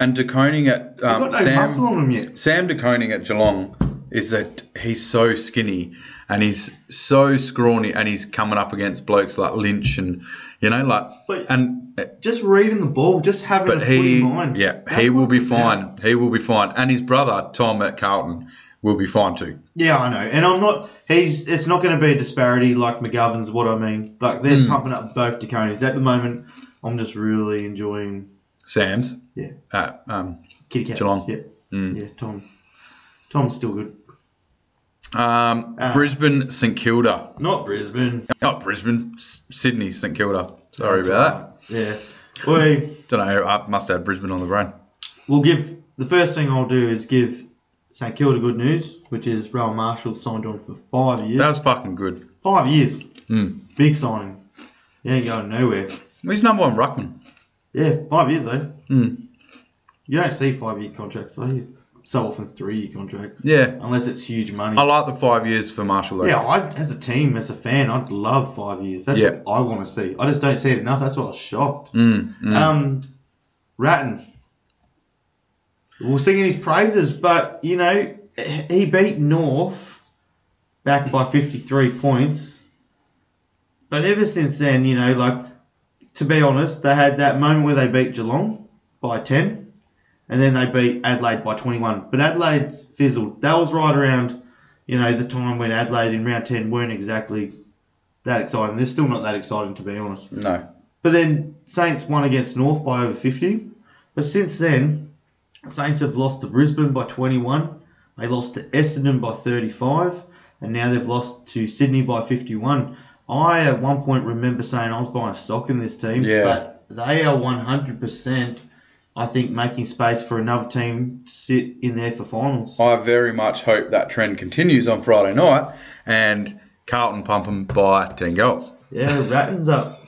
and DeConing at um,
They've got no
Sam
muscle on them yet.
Sam DeConing at Geelong is that he's so skinny and he's so scrawny and he's coming up against blokes like Lynch and you know like
But-
and
Just reading the ball, just having a
but
footy
he
mind.
yeah
That's
he will
what
be
it's about.
fine he will be fine and his brother Tom at Carlton will be fine too
Yeah, I know, and I'm not. He's. It's not going to be a disparity like McGovern's. What I mean, like they're pumping up both Deconis at the moment. I'm just really enjoying.
Sam's
Yeah,
uh, um
Kitty Cats.
Geelong.
Yeah, yeah. Tom. Tom's still good.
um
Ah.
Brisbane St Kilda
Not Brisbane.
not Brisbane S- Sydney St Kilda sorry about
Yeah. We
that don't know I must have Brisbane on the brain
will give. The first thing I'll do is give St Kilda good news, which is Rail Marshall signed on for five years.
that was fucking good
five years. Big signing. He ain't going nowhere.
he's number one ruckman
Yeah, five years though.
Hmm.
You don't see five year contracts. though. You so often three year contracts.
Yeah.
Unless it's huge money.
I like the five years for Marshall though
yeah, I, as a team, as a fan, I'd love five years. That's
Yeah.
what I want to see. I just don't see it enough. That's why I was shocked. Um, Ratton. We We're singing his praises, but, you know, he beat North back by 53 points. But ever since then, you know, like, to be honest, they had that moment where they beat Geelong by 10, and then they beat Adelaide by 21. But Adelaide's fizzled. That was right around, you know, the time when Adelaide in round 10 weren't exactly that exciting. They're still not that exciting, to be honest.
no
But then Saints won against North by over 50. But since then, Saints have lost to Brisbane by 21. They lost to Essendon by 35. And now they've lost to Sydney by 51. I, at one point, remember saying I was buying stock in this team.
Yeah.
But they are 100%, I think, making space for another team to sit in there for finals.
I very much hope that trend continues on Friday night and Carlton pump them by 10 goals.
Yeah, Ratton's up.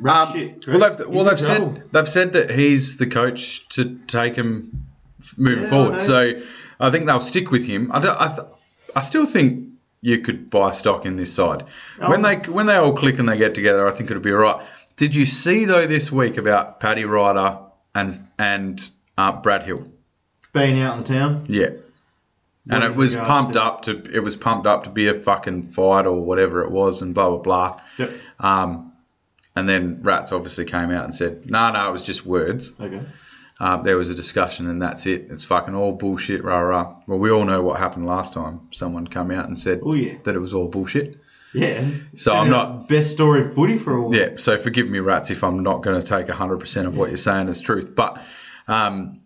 Rat
Um,
shit.
well, they've, well,
He's in
they've
trouble.
said they've said that he's the coach to take him f- moving
Yeah, I know.
forward. So I think they'll stick with him. I, don't- I, th- I still think you could buy stock in this side
Oh.
when they when they all click and they get together. I think it'll be all right. Did you see though this week about Paddy Ryder and and uh, Brad Hill?
Being out in the town.
Yeah. And
What
it
in
was
regards
pumped
to-
up to it was pumped up to be a fucking fight or whatever it was and blah blah blah.
Yep.
Um, and then Rats obviously came out and said, "No, no, it was just words.
Okay.
Uh, there was a discussion and that's it. It's fucking all bullshit, rah rah." Well, we all know what happened last time. Someone came out and said
Oh, yeah.
that it was all bullshit.
Yeah.
So I'm
Yeah,
not-
best story in footy for a while.
Yeah, so forgive me, Rats, if I'm not going to take 100% of what you're saying as truth, but um,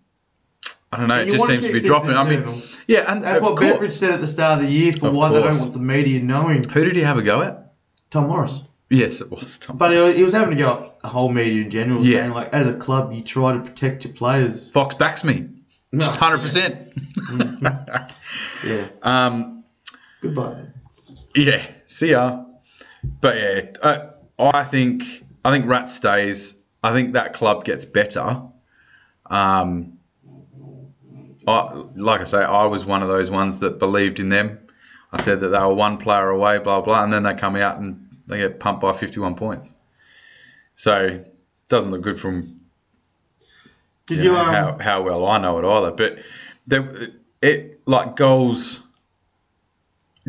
I don't know, it
you
just
wanna
seems to
keep
be
things
dropping. I mean,
internal.
yeah, and
That's
of
what
course-
Beveridge said at the start of the year for
Of
why they
course.
don't want the media knowing.
Who did he have a go at?
Tom Morris.
Yes, it was Tom.
But uh, he was, he was having to go up the whole media in general,
Yeah.
saying, like, as a club, you try to protect your players.
Fox backs me,
No.
hundred percent.
Yeah.
Um,
Goodbye.
yeah, see ya. But yeah, uh, I think I think Rat stays. I think that club gets better. Um, I, like I say, I was one of those ones that believed in them. I said that they were one player away, blah blah, and then they come out and they get pumped by fifty-one points. So doesn't look good from
Did
you
you,
know,
um,
how, how well I know it either. But there, it like goals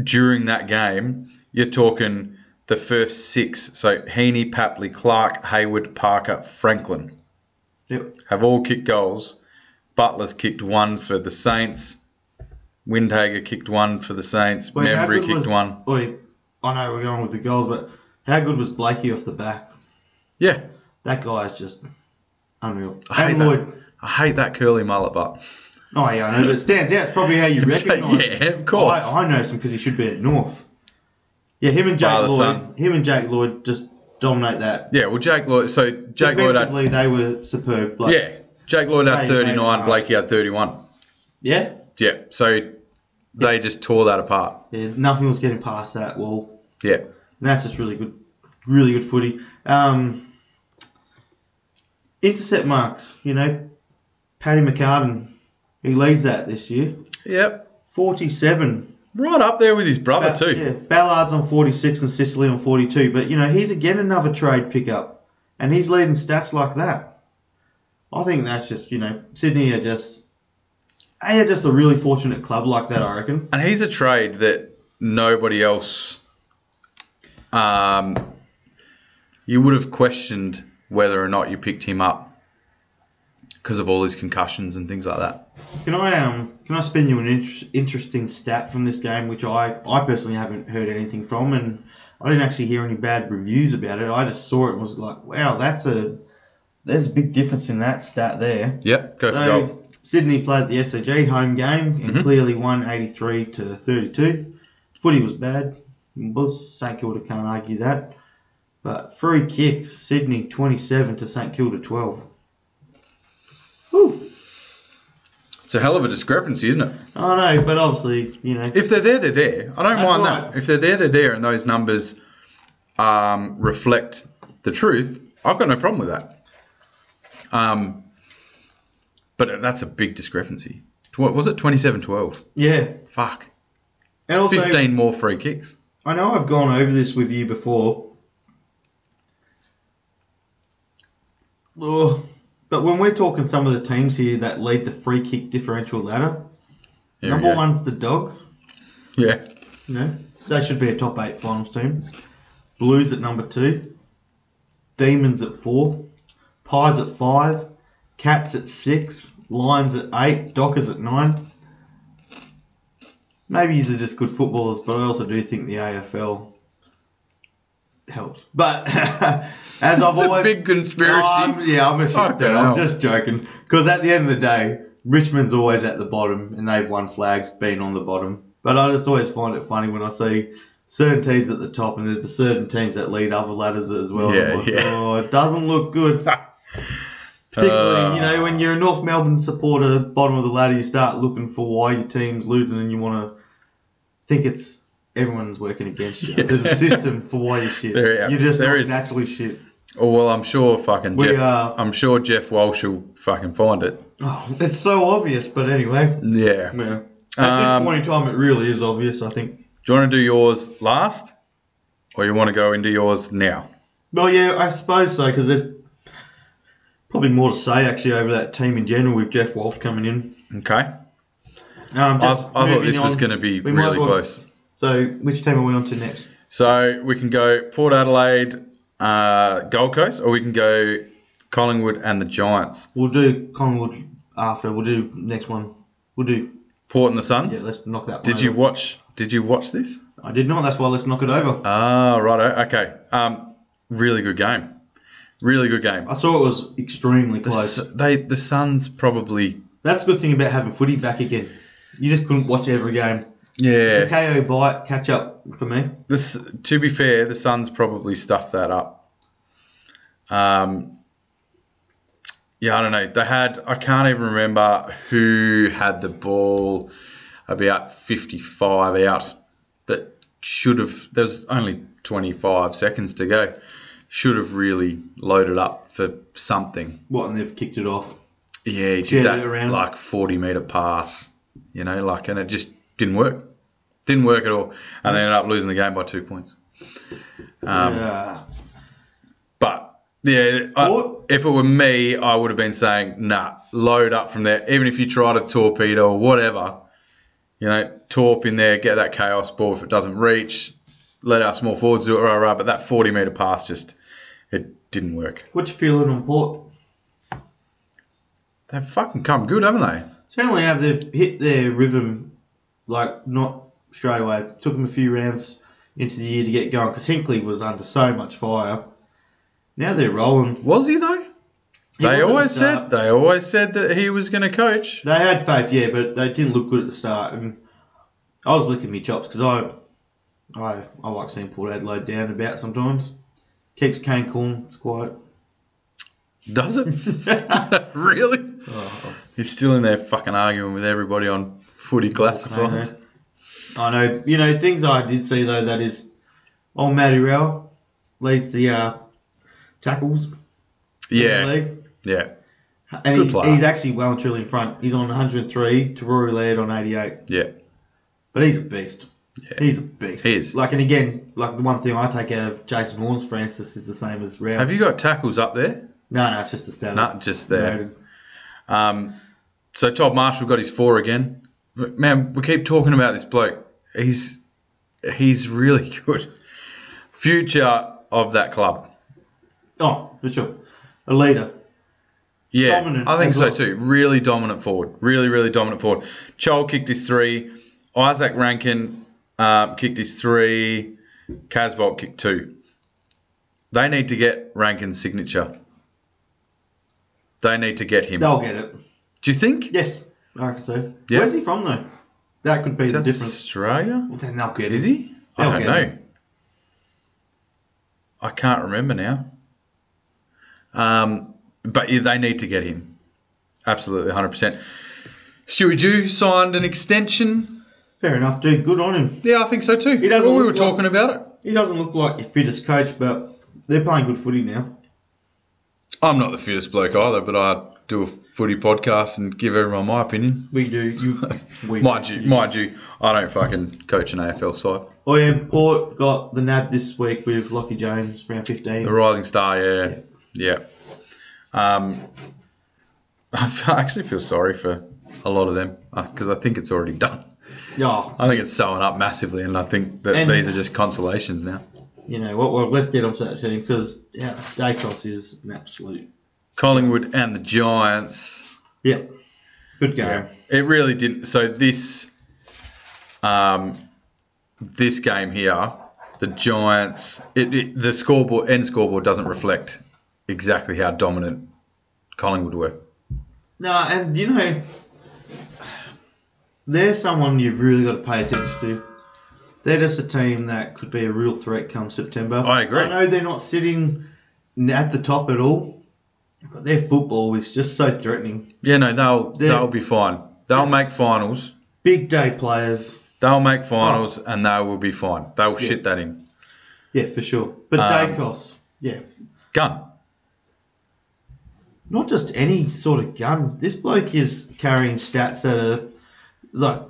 during that game, you're talking the first six. So Heaney, Papley, Clark, Hayward, Parker, Franklin
Yep.
have all kicked goals. Butler's kicked one for the Saints. Windhager kicked one for the Saints.
Wait, how
Membry
good
kicked
was-
one.
Wait, I know we're going with the goals, but How good was Blakey off the back?
Yeah.
That guy is just unreal.
I hate,
And Lloyd.
that, I hate that curly mullet, but
Oh yeah, I know. But it stands out. It's probably how you recognise. him.
yeah, of course.
I, I know him because he should be at North. Yeah, him and Jake
Father,
Lloyd.
son.
Him and Jake Lloyd just dominate that.
yeah, well, Jake Lloyd. So Jake Lloyd had
Defensively, they were superb. Like,
yeah, Jake Lloyd had
They
thirty
made
nine,
it
Blakey had thirty one.
yeah,
Yeah, so they just tore that apart.
yeah. Nothing was getting past that wall.
Yeah,
And that's just really good, really good footy. Um, intercept marks, you know, Paddy McCartan, he leads that this year,
yep,
forty-seven.
right up there with his brother too.
Yeah, Ballard's on forty-six and Sicily on forty-two. But you know, he's again another trade pickup, and he's leading stats like that. I think that's just you know Sydney are just. They are just a really fortunate club like that, I reckon.
And he's a trade that nobody else. Um, you would have questioned whether or not you picked him up because of all his concussions and things like that.
Can I um can I spin you an inter- interesting stat from this game, which I I personally haven't heard anything from, and I didn't actually hear any bad reviews about it. I just saw it and was like, wow, that's a there's a big difference in that stat there.
Yep, go for gold.
So Sydney played the SCG home game and clearly won 83 to 32. Footy was bad. It was St Kilda can't argue that, but free kicks Sydney 27 to St Kilda 12. Whew.
It's a hell of a discrepancy, isn't it?
I know, but obviously, you know.
If they're there, they're there. I don't
That's
mind
right.
that. If they're there, they're there, and those numbers um, reflect the truth. I've got no problem with that. Um, but that's a big discrepancy. Tw- What was it? Twenty-seven, twelve.
Yeah.
Fuck.
And also,
15 more free kicks.
I know I've gone over this with you before. Ugh. But when we're talking some of the teams here that lead the free kick differential ladder,
There we
number
go.
one's the Dogs.
Yeah.
You know, they should be a top eight finals team. Blues at number two. Demons at four. Pies at five. Cats at six. Lions at eight. Dockers at nine. Maybe these are just good footballers, but I also do think the AFL helps. But as I've
It's a
always
big conspiracy.
No, I'm- Um, yeah, I'm a shit
Fucking
I'm
hell.
just joking. Because at the end of the day, Richmond's always at the bottom, and they've won flags being on the bottom. But I just always find it funny when I see certain teams at the top, and then the certain teams that lead other ladders as well.
Yeah,
I'm like,
yeah.
Oh, it doesn't look good.
Uh.
Particularly, you know, when you're a North Melbourne supporter, bottom of the ladder, you start looking for why your team's losing, and you want to think it's everyone's working against you. There's a system for why you're shit.
There, yeah,
You're just
there
not
is.
naturally shit.
Oh, well, I'm sure fucking
We uh,
Jeff.
are-
I'm sure Jeff Walsh will fucking find it.
Oh, it's so obvious, but anyway.
Yeah.
Yeah. At
Um,
this point in time, it really is obvious, I think.
Do you want to do yours last, or you want to go into yours now?
Well, yeah, I suppose so, because there's probably more to say, actually, over that team in general with Jeff Walsh coming in.
Okay.
Um,
I, I
just
thought
moving
this was
on,
going to be
we might
really
as well-
close.
So, which team are we on to next?
So we can go Port Adelaide, uh, Gold Coast, or we can go Collingwood and the Giants.
We'll do Collingwood after. We'll do next one. We'll do.
Port and the Suns.
Yeah, let's knock that one
did you
over.
watch? Did you watch this?
I did not. That's why let's knock it over.
Ah, righto. Okay. Um, really good game. Really good game.
I saw it was extremely
The
close.
Su- they the Suns probably
That's the good thing about having footy back again. You just couldn't watch every game.
yeah.
KO bite, catch up for me.
This to be fair, the Suns probably stuffed that up. Um, yeah, I don't know. They had I can't even remember who had the ball about fifty five out, but should have. There's only twenty five seconds to go. Should have really loaded up for something.
What, and they've kicked it off.
Yeah, he
Jetted
did that
it around.
like forty meter pass, you know, like, and it just didn't work, didn't work at all, and they ended up losing the game by two points. Um,
yeah.
But yeah, I,
What?
if it were me, I would have been saying, nah, load up from there. Even if you try to torpedo or whatever, you know, torp in there, get that chaos ball if it doesn't reach, let our small forwards do it, rah rah. But that forty meter pass just it didn't work.
What you feeling on Port?
They've fucking come good, haven't they?
Certainly have. They've hit their rhythm, like, not straight away. Took them a few rounds. into the year to get going because Hinkley was under so much fire. Now they're rolling.
Was he though?
He
they
was at
always
the start.
said they always said that he was going to coach.
They had faith, yeah, but they didn't look good at the start. And I was licking my chops because I, I, I like seeing Port Adelaide down and about sometimes. Keeps Kane calm. It's quiet.
Does it really?
Oh.
He's still in there fucking arguing with everybody on footy
eh?
classifieds.
I know. You know things I did see though. That is, old Matty Rowell leads the uh, tackles. in the
Yeah,
league.
yeah,
And
Good
he's,
player.
he's actually well and truly in front. He's on 103 to Rory Laird on 88.
yeah.
But he's a beast. He's a beast.
He is.
Like, and again, like the one thing I take out of Jason Horn's Francis is the same as Rowell.
Have you got tackles up there?
No, no, it's just a stat.
Not just there. So Todd Marshall got his four again. But man, we keep talking about this bloke. He's he's really good. Future of that club.
Oh, for sure. A leader.
Yeah,
Dominant
I think
as
so
well.
too. Really dominant forward. Really, really dominant forward. Chol kicked his three. Isaac Rankin uh, kicked his three. Casbolt kicked two. They need to get Rankin's signature. They need to get him.
They'll get it.
Do you think?
Yes, I reckon so.
Yeah.
Where's he from though? That could be the
South
difference.
Australia?
Well, then they'll get
Is
it.
he? I
They'll
don't
get
know. I can't remember now. Um, but yeah, they need to get him. Absolutely, 100%. Stewie Jew signed an extension.
Fair enough, dude. Good on him.
Yeah, I think so too.
doesn't
Well, we
look
were
like-
talking about it.
He doesn't look like your fittest coach, but they're playing good footy now.
I'm not the fittest bloke either, but I do a footy podcast and give everyone my opinion.
We do. You, we
Mind you, mind you, I don't fucking coach an AFL side.
Oh yeah, Port got the nab this week with Lockie Jones, round
The
fifteen.
Rising Star, yeah, yeah. Um, I f- I actually feel sorry for a lot of them because I think it's already done.
Yeah,
I think it's sewn up massively, and I think that
And-
these are just consolations now.
you know what? Well, let's get onto that team because yeah, Dacos is an absolute.
Collingwood and the Giants.
Yeah, good game.
It really didn't. So this, um, this game here, the Giants. It, it the scoreboard end scoreboard doesn't reflect exactly how dominant Collingwood were.
No, and you know, they're someone you've really got to pay attention to. They're just a team that could be a real threat come September.
I agree.
I know they're not sitting n- at the top at all, but their football is just so threatening.
Yeah, no, they'll
They're-
they'll be fine. They'll
Yes.
make finals.
Big day players,
They'll make finals, and they will be fine. They'll shit that in.
yeah, for sure. But
Um,
Dacos, yeah,
Gun.
not just any sort of gun. This bloke is carrying stats that are like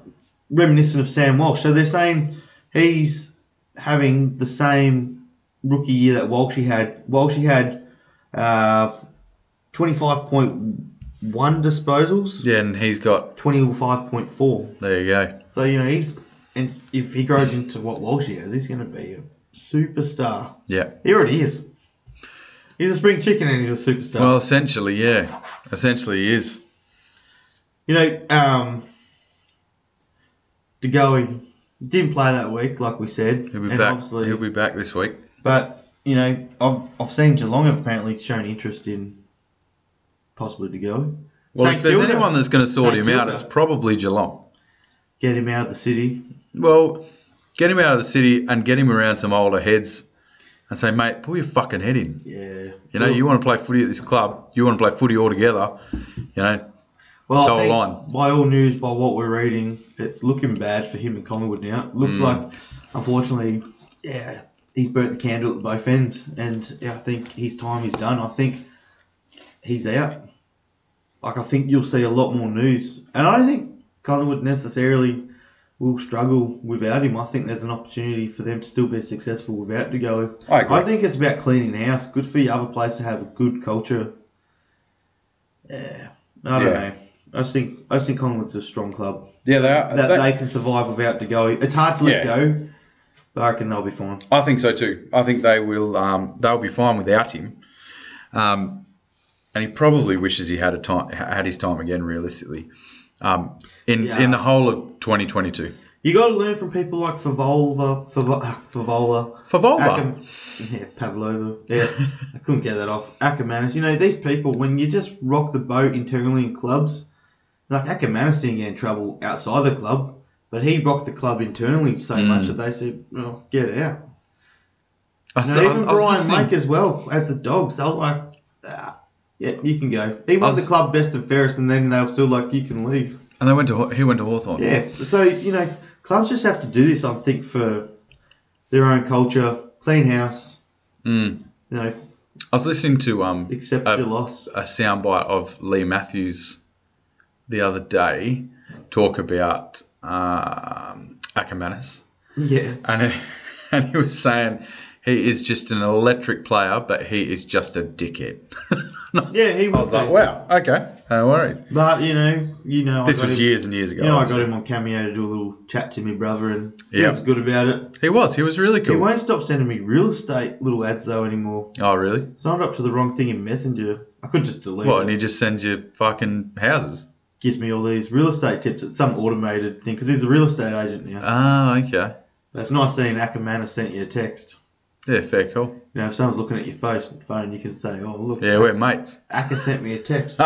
reminiscent of Sam Walsh. So they're saying he's having the same rookie year that Walshy had. Walshy had uh, 25.1 disposals,
Yeah, and he's got.
25.4.
There you go.
So, you know, he's. And if he grows into what Walshy has, he's going to be a superstar.
Yeah.
He already is. He's a spring chicken and he's a superstar.
Well, essentially, yeah. Essentially, he is.
You know, um, DeGoey didn't play that week, like we said.
He'll be
and
back.
Obviously,
He'll be back this week.
but, you know, I've, I've seen Geelong have apparently shown interest in possibly DeGoey.
Well,
St
if there's
Kilda.
anyone that's going to sort
St
him out,
Kilda.
it's probably Geelong.
Get him out of the city.
Well, get him out of the city and get him around some older heads, and say, mate, pull your fucking head in.
Yeah.
You know, you want to play footy at this club. You want to play footy all together. You know,
well, I
toe
think
line.
By all news, by what we're reading, it's looking bad for him in Collingwood now.
Mm.
It looks like, unfortunately, yeah, he's burnt the candle at both ends, and I think his time is done. I think he's out. Like I think you'll see a lot more news, and I don't think Collingwood necessarily will struggle without him. I think there's an opportunity for them to still be successful without DeGoey.
I agree.
I think it's about cleaning house. Good for your other place to have a good culture. Yeah, I don't
Yeah.
know. I just think I just think Collingwood's a strong club
yeah, they are.
that
they-
they can survive without DeGoey. It's hard to let
Yeah.
go, but I reckon they'll be fine.
I think so too. I think they will. Um, they'll be fine without him. Um, and he probably wishes he had a time had his time again. Realistically, um, in in
Yeah.
the whole of 2022,
You got to learn from people like Favolva, Favo- Favola,
Favolva.
Akam- yeah, Pavlova. Yeah, I couldn't get that off. Ackermanis. You know these people when you just rock the boat internally in clubs. Like Ackermanis didn't get in trouble outside the club, but he rocked the club internally so
Mm.
much that they said, "Well, get out."
I
No,
said- I-
even
I was
Brian
listening-
Lake as well at the Dogs. They're like, ah, yeah, you can go. He won
was-
the club best and fairest, and then they were still like, you can leave.
And they went to Haw- he went to Hawthorn.
Yeah. So you know, clubs just have to do this. I think for their own culture, clean house. You know,
I was listening to um
accept
Hmm. Uh,
your loss.
a soundbite of Lee Matthews the other day talk about um, Ackermanis.
Yeah.
and he, and he was saying he is just an electric player, but he is just a dickhead. And I
Yeah, he
was- I
would
was like,
be.
wow, okay, no worries.
But you know, you know,
This
I got
was
him,
years and years ago.
You know, I got
obviously.
him on Cameo to do a little chat to my brother, and he
Yeah.
was good about it.
He was. He was really
He
cool.
won't stop sending me real estate little ads though anymore.
Oh, really?
Signed up to the wrong thing in Messenger. I could just delete.
What?
it.
And he just sends you fucking houses.
gives me all these real estate tips. It's some automated thing because he's a real estate agent now.
Oh, okay.
But it's nice seeing Ackerman has sent you a text.
Yeah, fair call.
You know, if someone's looking at your phone, phone you can say, "Oh, look,
Yeah, we're mates.
Acker sent me a text."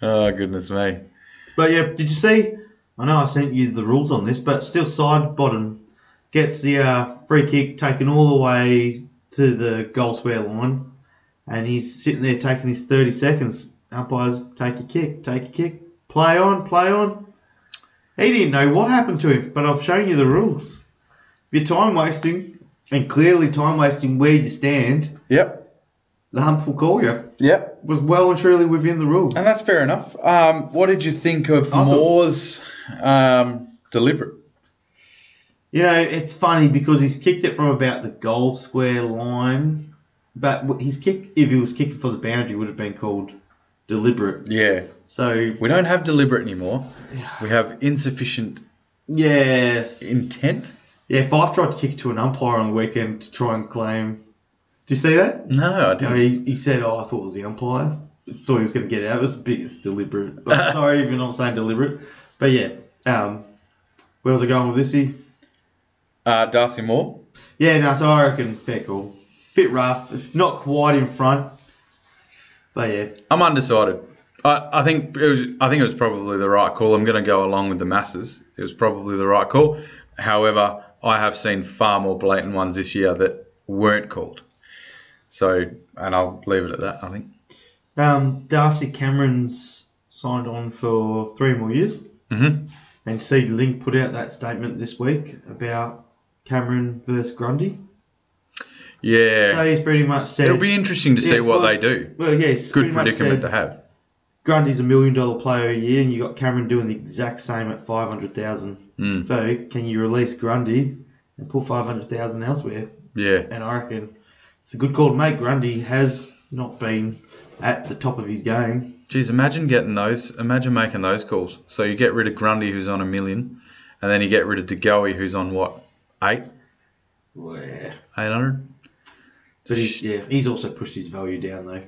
Oh, goodness me.
but yeah, did you see? I know I sent you the rules on this, but still, side bottom gets the uh, free kick taken all the way to the goal square line, and he's sitting there taking his thirty seconds. Umpires, take your kick, take your kick, play on, play on. He didn't know what happened to him, but I've shown you the rules. If you're time wasting, and clearly time wasting where you stand,
Yep.
the hump will call you.
Yep.
was well and truly within the rules.
And that's fair enough. Um, what did you think of
thought-
Moore's um, deliberate?
You know, it's funny because he's kicked it from about the goal square line, but w- his kick, if he was kicking for the boundary, would have been called deliberate.
Yeah.
So,
We don't have deliberate anymore. We have insufficient
yes.
intent.
yeah, Fife tried to kick it to an umpire on the weekend to try and claim. Did you see that?
No, I
You
didn't.
know, he, he said, oh, I thought it was the umpire. Thought he was going to get out. It was the biggest deliberate. I'm sorry if you're not saying deliberate. But yeah, um, where was I going with this? Here?
Uh, Darcy Moore.
Yeah, no, so I reckon fair call. Bit rough, not quite in front. But yeah,
I'm undecided. I, I think it was. I think it was probably the right call. I'm going to go along with the masses. It was probably the right call. However, I have seen far more blatant ones this year that weren't called. So, and I'll leave it at that. I think.
um, Darcy Cameron's signed on for three more years. Mm-hmm. And Seed Link put out that statement this week about Cameron versus Grundy. So
Yeah,
he's pretty much said.
it'll be interesting to see
Yeah,
what
well,
they do.
well, yeah, he's
Good
pretty much
predicament to
said
have.
Grundy's a million dollar player a year, and you got Cameron doing the exact same at five hundred thousand.
Mm.
So can you release Grundy and put five hundred thousand elsewhere?
Yeah,
and I reckon it's a good call to make. Grundy has not been at the top of his game.
geez, imagine getting those. Imagine making those calls. So you get rid of Grundy, who's on a million, and then you get rid of Degoe, who's on what eight,
Yeah.
eight hundred.
But he's, yeah, he's also pushed his value down though.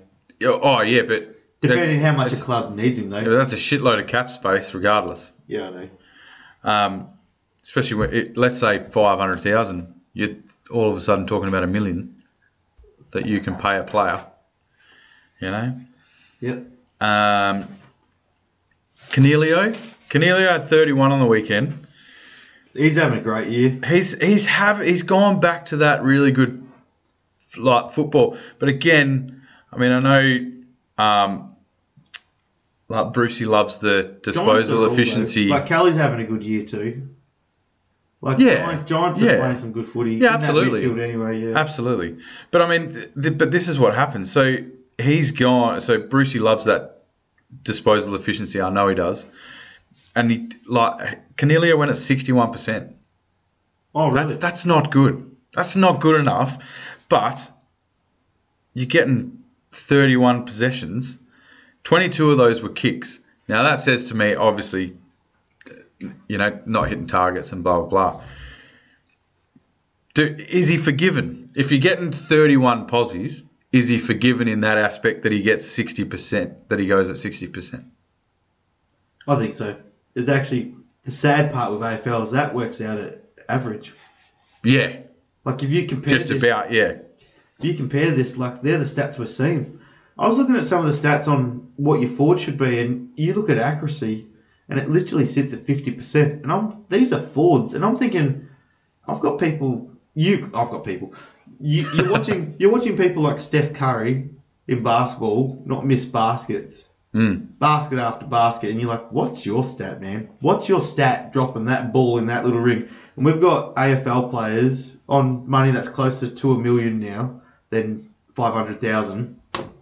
Oh yeah, but
Depending
that's-
how much a
that's-
club needs him
Yeah, but
though.
that's a shitload of cap space, regardless.
Yeah, I know.
Um, especially when, it, let's say five hundred thousand, you're all of a sudden talking about a million that you can pay a player. You know,
Yep.
um, Canelio, Canelio had thirty-one on the weekend.
He's having a great year.
He's he's have he's gone back to that really good like football. But again, I mean, I know um, like Brucey loves the disposal
Giants are all, though.
efficiency.
Like Kelly's having a good year too. Like
Yeah.
Giants- Giants are
Yeah.
playing some good footy.
Yeah,
in that
absolutely. Uh,
midfield anyway, yeah.
Absolutely, but I mean, th- th- but this is what happens. So he's gone. So Brucey loves that disposal efficiency. I know he does, and he like Canelio went at sixty-one percent.
oh, really?
That's that's not good. That's not good enough. But you're getting thirty-one possessions. Twenty-two of those were kicks. Now that says to me, obviously, you know, not hitting targets and blah blah blah. Do, is he forgiven? If you're getting 31 posies, is he forgiven in that aspect that he gets 60%, that he goes at 60%?
I think so. It's actually the sad part with AFL is that works out at average.
Yeah,
Like if you compare
just
this-
about. Yeah,
if you compare this, like they're the stats we're seeing. I was looking at some of the stats on what your forward should be, and you look at accuracy, and it literally sits at fifty percent. And I'm these are forwards, and I'm thinking, I've got people. You, I've got people. You, you're watching. you're watching people like Steph Curry in basketball not miss baskets, basket after basket, and you're like, what's your stat, man? What's your stat dropping that ball in that little ring? And we've got AFL players on money that's closer to a million now than five hundred thousand.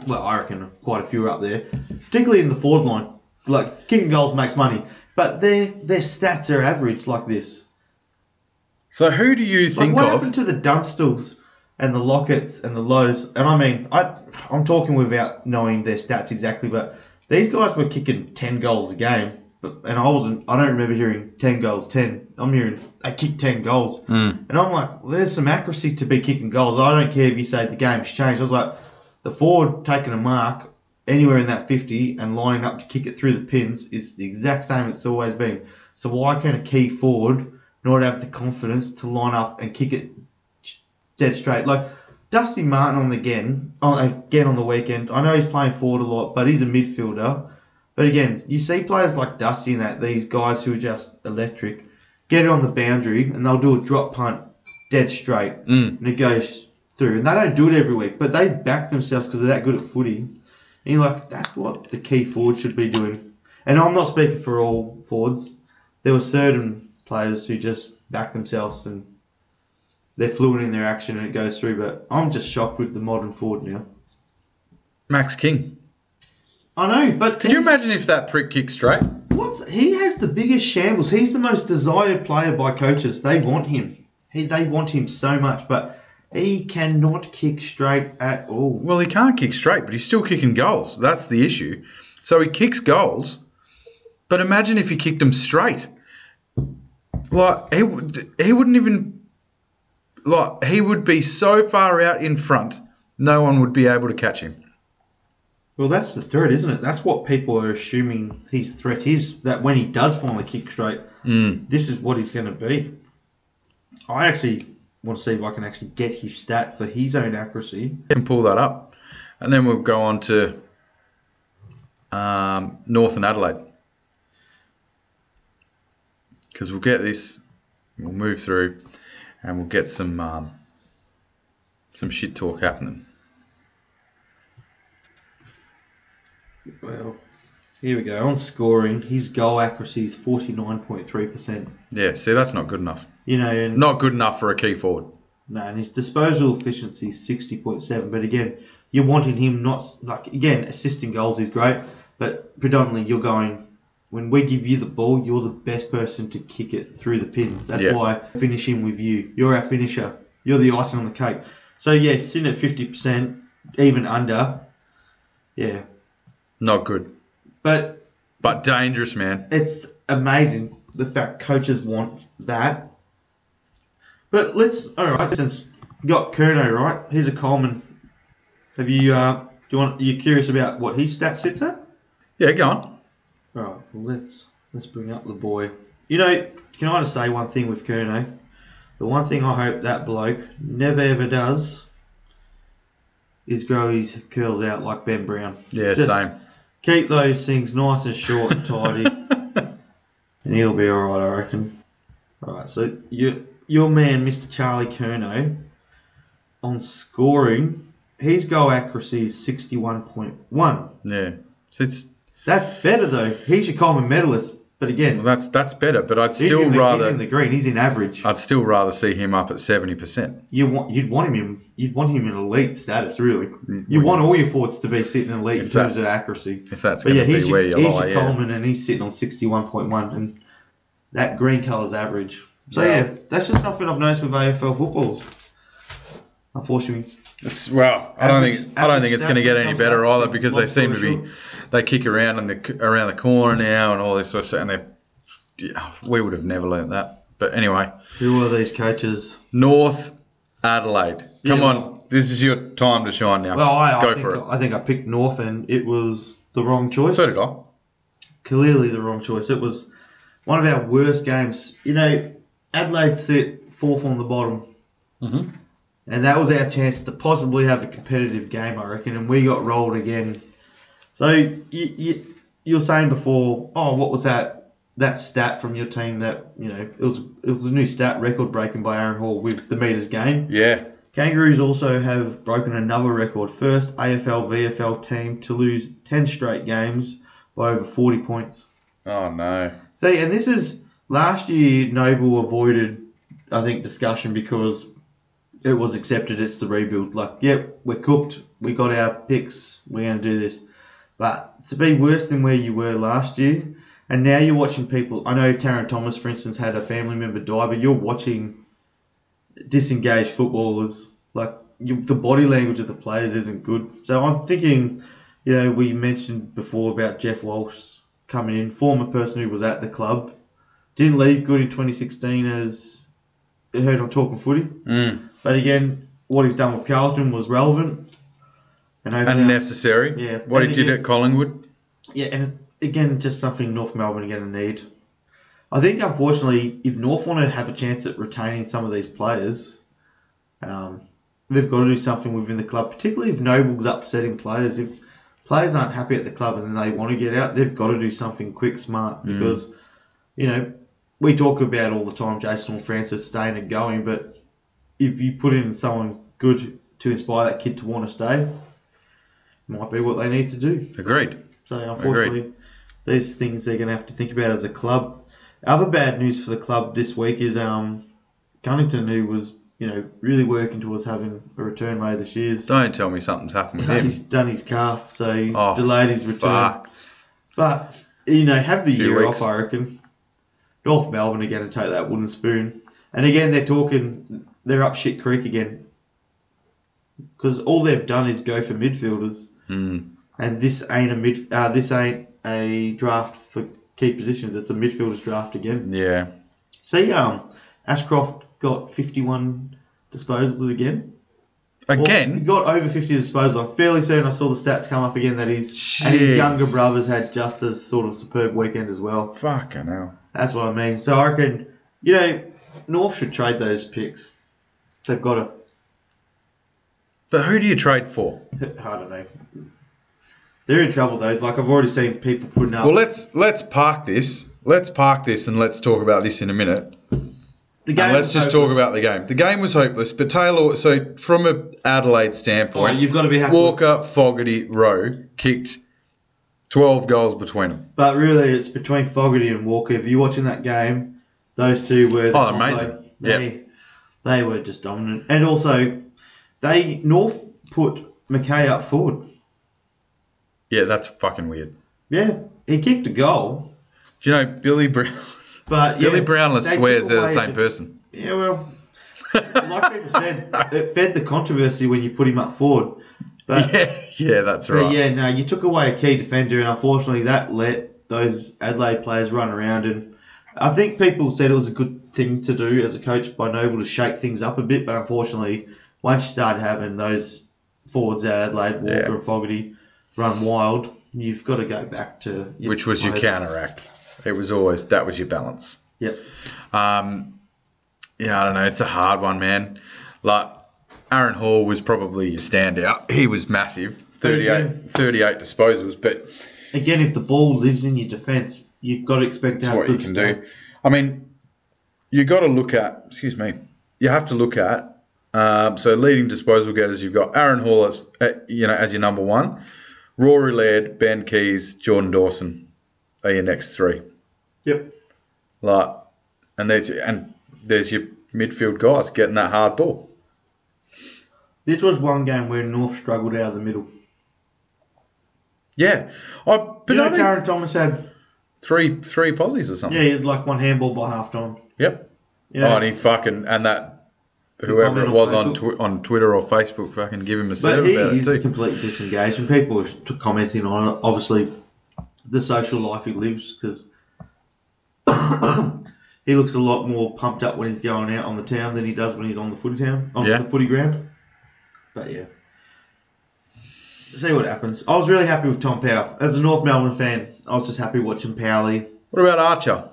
Well, I reckon quite a few are up there, particularly in the forward line. Like kicking goals makes money, but their their stats are average like this.
So who do you
Like,
think
what
of?
happened to the Dunstals and the Lockets and the Lows? And I mean, I I'm talking without knowing their stats exactly, but these guys were kicking ten goals a game. But, and I wasn't. I don't remember hearing ten goals. Ten. I'm hearing they kicked ten goals, and I'm like, well, there's some accuracy to be kicking goals. I don't care if you say the game's changed. I was like, the forward taking a mark anywhere in that fifty and lining up to kick it through the pins is the exact same it's always been. So why can a key forward not have the confidence to line up and kick it dead straight. Like Dusty Martin on the again, on again on the weekend. I know he's playing forward a lot, but he's a midfielder. But again, you see players like Dusty and that these guys who are just electric get it on the boundary and they'll do a drop punt dead straight and it goes through. And they don't do it every week, but they back themselves because they're that good at footy. And you're like, that's what the key forward should be doing. And I'm not speaking for all forwards. There were certain players who just back themselves and they're fluent in their action and it goes through. But I'm just shocked with the modern forward now.
Max King.
I know, but
Could you imagine if that prick kicked straight?
What's he has the biggest shambles. He's the most desired player by coaches. They want him. He they want him so much, but he cannot kick straight at all.
Well, he can't kick straight, but he's still kicking goals. That's the issue. So he kicks goals, but imagine if he kicked them straight. Like he would, he wouldn't even like he would be so far out in front, no one would be able to catch him.
Well, that's the threat, isn't it? That's what people are assuming his threat is. That when he does finally kick straight, this is what he's going to be. I actually want to see if I can actually get his stat for his own accuracy.
can pull that up, and then we'll go on to um, North and Adelaide because we'll get this. We'll move through, and we'll get some um, some shit talk happening.
Well, here we go. On scoring, his goal accuracy is forty nine point three percent.
Yeah, see, that's not good enough.
You know, and
Not good enough for a key forward.
No, and his disposal efficiency is sixty point seven. But again, you're wanting him not like again assisting goals is great, but predominantly you're going when we give you the ball, you're the best person to kick it through the pins. That's
Yeah.
why finishing with you. You're our finisher. You're the icing on the cake. So yeah, sitting at fifty percent, even under. Yeah,
Not good,
but
but dangerous, man.
it's amazing the fact coaches want that. But let's all right. Since you got Kurno right, he's a Coleman. Have you? Uh, do you want? Are you curious about what his stat sits at?
Yeah, go on.
All right. Well, let's let's bring up the boy. You know, can I just say one thing with Kurno? The one thing I hope that bloke never ever does is grow his curls out like Ben Brown.
Yeah,
Just
same.
Keep those things nice and short and tidy, and he'll be all right, I reckon. All right, so your your man, Mr. Charlie Kerno, on scoring, his goal accuracy is sixty-one point one.
Yeah, so it's
That's better though. He's your common medalist, but
well,
again,
that's that's better, but I'd
he's
still
in the,
rather Uh,
he's in the green. He's in average.
I'd still rather see him up at seventy percent.
You want you'd want him in you'd want him in elite status, really. You want all your forwards to be sitting elite in
Mm, If
terms of
that's-
accuracy.
If that's
But
going
yeah,
to
he's
be where
your,
you
he's
lie,
your
yeah.
Coleman, and he's sitting on sixty-one point one, and that green colour's average. So
Yeah.
yeah. that's just something I've noticed with AFL footballs. Unfortunately,
It's, well, I don't think I don't think it's going to get any better either because they seem to be they kick around and the around the corner now and all this sort of stuff. And they, yeah, we would have never learnt that. But anyway,
who are these coaches?
North Adelaide, come
Yeah.
on, this is your time to shine now.
Well, I, I
go
think,
for it.
I think I picked North, and it was the wrong choice.
so did I.
Clearly, the wrong choice. It was one of our worst games. You know, Adelaide sit fourth on the bottom, and that was our chance to possibly have a competitive game, I reckon, and we got rolled again. So you, you, you were saying before, oh, what was that that stat from your team that you know it was it was a new stat record breaking by Aaron Hall with the meters game.
Yeah.
Kangaroos also have broken another record, first AFL VFL team to lose ten straight games by over forty points.
Oh no.
See, and this is last year. Noble avoided, I think, discussion because it was accepted. It's the rebuild. Like, yep, we're cooked. We got our picks. We're going to do this. But to be worse than where you were last year, and now you're watching people. I know Taryn Thomas, for instance, had a family member die, but you're watching disengaged footballers. Like, you, the body language of the players isn't good. So I'm thinking, you know, we mentioned before about Jeff Walsh coming in, former person who was at the club, didn't leave good in 2016 as you heard on Talking Footy.
Mm.
But again, what he's done with Carlton was relevant. And hopefully-
Unnecessary.
Yeah.
What he
And
did
again-
at Collingwood.
yeah, and it's, again, just something North Melbourne are going to need. I think, unfortunately, if North want to have a chance at retaining some of these players, um, they've got to do something within the club, particularly if Noble's upsetting players. If players aren't happy at the club and they want to get out, they've got to do something quick, smart, because, you know, we talk about all the time Jason or Francis staying and going, but if you put in someone good to inspire that kid to want to stay, might be what they need to do.
Agreed.
So unfortunately, these things they're going to have to think about as a club. Other bad news for the club this week is um, Cunnington, who was you know really working towards having a return later this year.
Don't tell me something's happened with him.
He's done his calf, so he's
Oh,
delayed his return.
Fucked.
But you know, have the
Few
year
weeks.
off, I reckon. North Melbourne are going to take that wooden spoon, and again they're talking. They're up shit creek again because all they've done is go for midfielders,
Hmm.
and this ain't a mid. Uh, this ain't a draft for key positions. It's a midfielders draft again.
Yeah.
See, um, Ashcroft got fifty-one disposals again. Well, he
Again.
got over 50 disposals. I'm fairly certain I saw the stats come up again that he's and
Jeez.
his younger brothers had just as sort of superb weekend as well.
Fucking hell.
That's what I mean. So I reckon, you know, North should trade those picks. They've got
But who do you trade for?
to. I don't know. They're in trouble though. Like I've already seen people putting up.
Well, let's let's park this. Let's park this and let's talk about this in a minute.
the
And let's
was
just
hopeless.
talk about the game. The game was hopeless, but Taylor. So from a Adelaide
Oh,
standpoint,
you've got to be happy. with-
Walker, Fogarty, Rowe kicked twelve goals between them.
But really, it's between Fogarty and Walker. If you're watching that game, those two were the
Oh,
combo.
amazing.
They, they were just dominant, and also they North put McKay up forward.
Yeah, that's fucking weird.
Yeah, he kicked a goal,
Do you know Billy Brown?
but yeah,
Billy Brownless
they took
swears they're the
away
same
def-
person.
Yeah, well, like people said, it fed the controversy when you put him up forward. But
Yeah, yeah, that's
But
right.
yeah, no, you took away a key defender, and unfortunately, that let those Adelaide players run around. And I think people said it was a good thing to do as a coach by Noble to shake things up a bit. But unfortunately, once you start having those forwards at Adelaide, Walker
Yeah.
and Fogarty run wild, you've got to go back to your
Which was your
players.
counteract. It was always that was your balance.
Yep.
Um, yeah, I don't know. It's a hard one, man. Like, Aaron Hall was probably a standout. He was massive 38, 38 disposals, but
Again, if the ball lives in your defence, you've got to expect
that's
to have
what
good
you can do.
stats.
I mean, you got to look at, excuse me, you have to look at. Um, so leading disposal getters, you've got Aaron Hall as uh, you know as your number one, Rory Laird, Ben Keys, Jordan Dawson are your next three.
Yep.
Like, and there's and there's your midfield guys getting that hard ball.
This was one game where North struggled out of the middle.
Yeah, I but
You
I
know,
think
Darren Thomas had
three three posies or something.
Yeah, he had like one handball by half time.
Yep.
Yeah.
Oh, and he fucking and that whoever
comment
it
on
was on
Facebook.
tw- on Twitter or Facebook fucking give him a
but
serve
he
about it
is
too.
completely disengaged, and people are t- commenting on it. Obviously, the social life he lives because he looks a lot more pumped up when he's going out on the town than he does when he's on the footy town on
Yeah.
the footy ground. But yeah, see what happens. I was really happy with Tom Powell as a North Melbourne fan. I was just happy watching Powley.
What about Archer?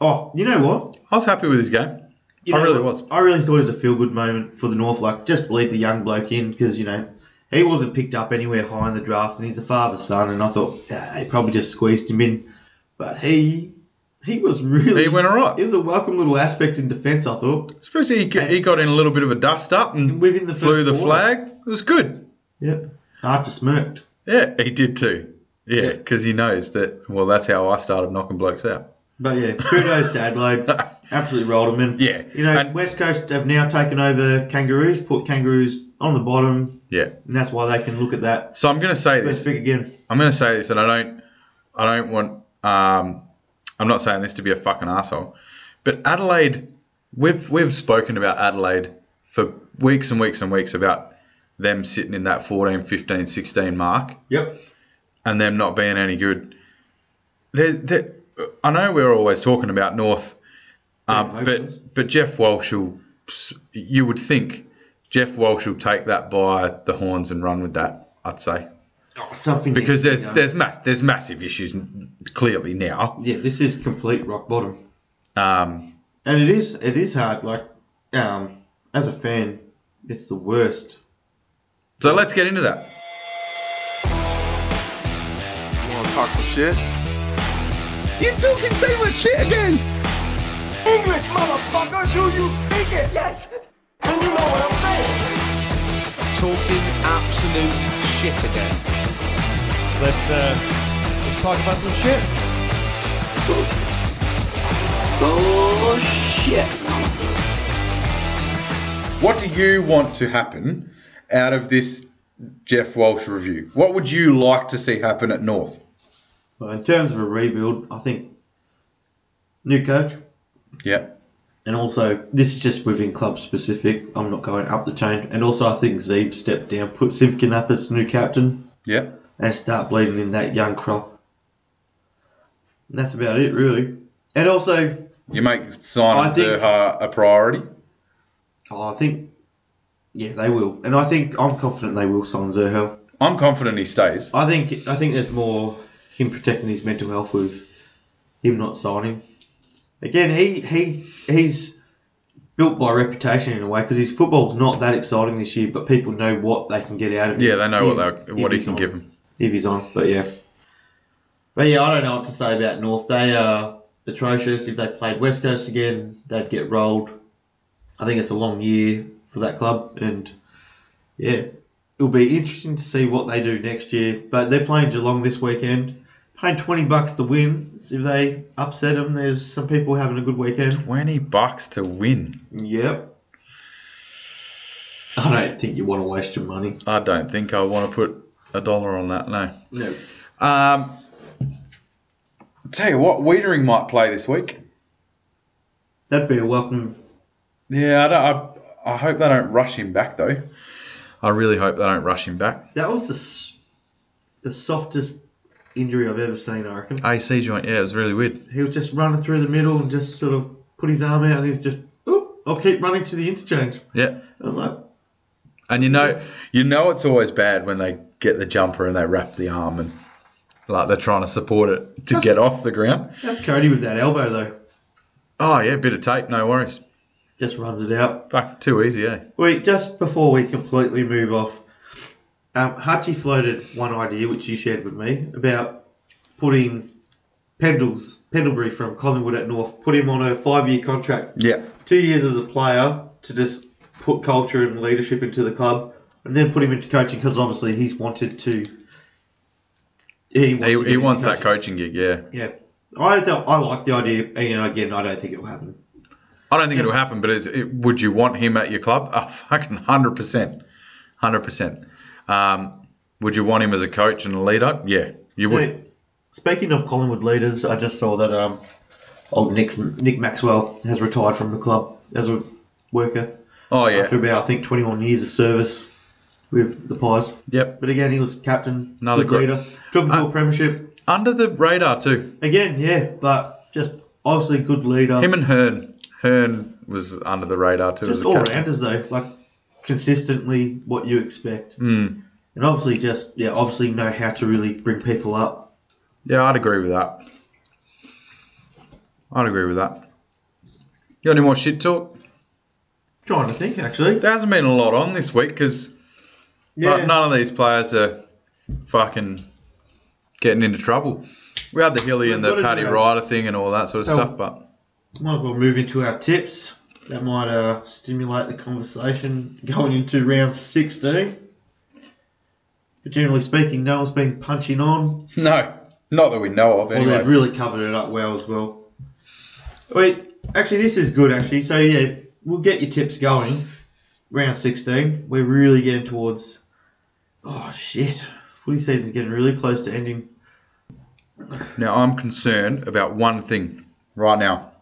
Oh, you know what?
I was happy with his game.
You
I
know
really
what?
was.
I really thought it was a feel good moment for the North. Like, just bleed the young bloke in because, you know, he wasn't picked up anywhere high in the draft and he's a father's son. And I thought ah, they probably just squeezed him in. But he he was really.
He went all right.
It was a welcome little aspect in defence, I thought.
Especially he, he got in a little bit of a dust up and
Within the
flew
first
the
quarter.
flag. It was good.
Yep. Archer smirked.
Yeah, he did too. Yeah, because he knows that. Well, that's how I started knocking blokes out.
But yeah, kudos to Adelaide. Absolutely rolled them in.
Yeah.
You know,
And-
West Coast have now taken over Kangaroos, put Kangaroos on the bottom,
Yeah.
and that's why they can look at that.
So I'm going to say
Let's
this.
pick again.
I'm going to say this, and I don't. I don't want. Um, I'm not saying this to be a fucking asshole, but Adelaide. We've we've spoken about Adelaide for weeks and weeks and weeks about them sitting in that 14, 15, 16 mark.
Yep.
and them not being any good. There, there, I know we're always talking about North, um,
Yeah, hopeless.
but but Jeff Walsh will. You would think Jeff Walsh will take that by the horns and run with that. I'd say
Oh, something
because there's
you know.
there's mass there's massive issues clearly now.
yeah, this is complete rock bottom,
Um,
and it is it is hard. Like, um, as a fan, it's the worst.
so let's get into that.
Want to talk some shit?
You two can say what shit again.
English, motherfucker, do you speak it? Yes. Then you know what I'm saying.
talking absolute shit again.
Let's uh, let's talk about some shit.
Oh shit.
What do you want to happen out of this Jeff Walsh review? What would you like to see happen at North?
But in terms of a rebuild, I think new coach,
Yeah.
and also this is just within club specific. I'm not going up the chain, and also I think Zeeb stepped down, put Simpkin up as new captain,
Yeah.
and start bleeding in that young crop. And that's about it, really. And also,
You make Simon
I think-
Zerha a priority.
Oh, I think, yeah, they will, and I think I'm confident they will sign Zerhel.
I'm confident he stays.
I think I think there's more him protecting his mental health with him not signing. Again, he he he's built by reputation in a way because his football's not that exciting this year, but people know what they can get out of him.
Yeah, they know
if-
what they,
if
what he
he's
can
on.
give them.
if he's on. But yeah, but yeah, I don't know what to say about North. They are atrocious. If they played West Coast again, they'd get rolled. I think it's a long year for that club, and yeah, it'll be interesting to see what they do next year. But they're playing Geelong this weekend. Paying twenty bucks to win. So if they upset them, there's some people having a good weekend.
Twenty bucks to win.
Yep. I don't think you want to waste your money.
I don't think I want to put a dollar on that. No.
No.
Um, tell you what, Wiedering might play this week.
That'd be a welcome
Yeah, I, don't, I, I hope they don't rush him back though. I really hope they don't rush him back.
That was the s- the softest injury I've ever seen. I reckon
AC joint, yeah, it was really weird.
he was just running through the middle and just sort of put his arm out and he's just, "Oop, I'll keep running to the interchange."
Yeah,
I was like,
and you know, you know, it's always bad when they get the jumper and they wrap the arm and like they're trying to support it to get off the ground.
"That's Cody with that elbow though."
Oh yeah, bit of tape, no worries.
Just runs it out.
Fuck, too easy, eh?
Wait, just before we completely move off, um, Hachi floated one idea which you shared with me about putting Pendles Pendlebury from Collingwood at North, put him on a five-year contract.
Yeah.
two years as a player to just put culture and leadership into the club, and then put him into coaching because obviously he's wanted to. He wants, to
He,
get
he
into
wants that
coaching.
coaching gig, yeah.
Yeah, I th- I like the idea, and you know, again, I don't think it will happen.
I don't think it'll happen, but is it, would you want him at your club? Oh, fucking 100%. 100%. Um, would you want him as a coach and a leader? Yeah, you would.
Wait, speaking of Collingwood leaders, I just saw that um, old Nick Nick Maxwell has retired from the club as a worker
Oh, yeah.
after about I think twenty one years of service with the Pies.
Yep.
But again, he was captain,
Another
Another
gr-
leader, took him to a premiership.
Under the radar, too.
Again, yeah, but just obviously good leader.
Him and Hearn. Hearn was under the radar, too. as
just
a
all
captain.
rounders though, like consistently what you expect, mm.
Hmm.
and obviously just yeah, obviously know how to really bring people up.
Yeah, I'd agree with that. I'd agree with that. You got any more shit talk?
Trying to think, actually.
There hasn't been a lot on this week because
Yeah.
none of these players are fucking getting into trouble. We had the Hilly and
We've
the
gotta
Paddy
do that.
Ryder thing and all that sort of
Oh.
stuff, but
Might as well move into our tips. That might uh, stimulate the conversation going into round 16. But generally speaking, no one's been punching on.
no, not that we know of. Anyway,
Well, they've really covered it up well as well. Wait, actually, this is good, actually. So, yeah, we'll get your tips going. Round 16, we're really getting towards. Oh, shit. Footy season's getting really close to ending.
now I'm concerned about one thing right now.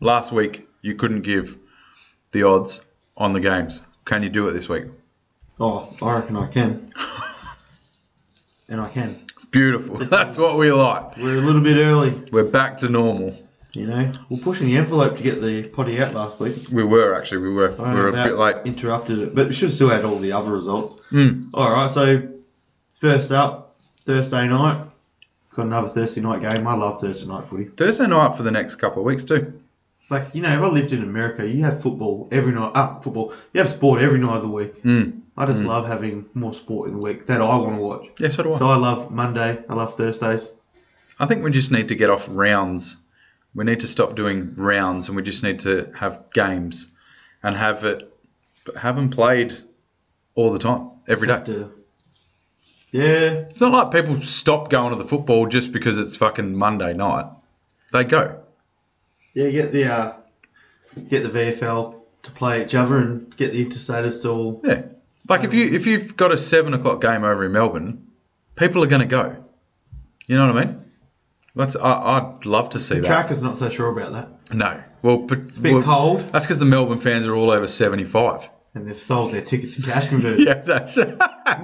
Last week you couldn't give the odds on the games. Can you do it this week?
Oh, I reckon I can. and I can.
Beautiful. That's what we like.
We're a little bit early.
We're back to normal.
You know, we're pushing the envelope to get the potty out last week.
We were actually. We were.
I
we were
don't know
a bit
if that
late.
Interrupted it, but we should still add all the other results.
Hmm.
All right, so first up, Thursday night. Got another Thursday night game. I love Thursday night footy.
Thursday night for the next couple of weeks too.
Like you know, if I lived in America, you have football every night. Up football, you have sport every night of the week.
Hmm.
I just love having more sport in the week that I want to watch.
Yeah, so do I.
So I love Monday. I love Thursdays.
I think we just need to get off rounds. We need to stop doing rounds, and we just need to have games, and have it, but have them played all the time, every
Have
day.
to- uh, Yeah,
It's not like people stop going to the football just because it's fucking Monday night. They go.
Yeah, get the uh, get the VFL to play each other and get the interstaters to all.
Yeah. Like if you if you've got a seven o'clock game over in Melbourne, people are going to go. You know what I mean? That's I, I'd love to see that.
Tracker's not so sure about that,
No. Well, but, it's
bit cold.
That's because the Melbourne fans are all over 75.
and they've sold their ticket to cash conversion.
Yeah, that's. and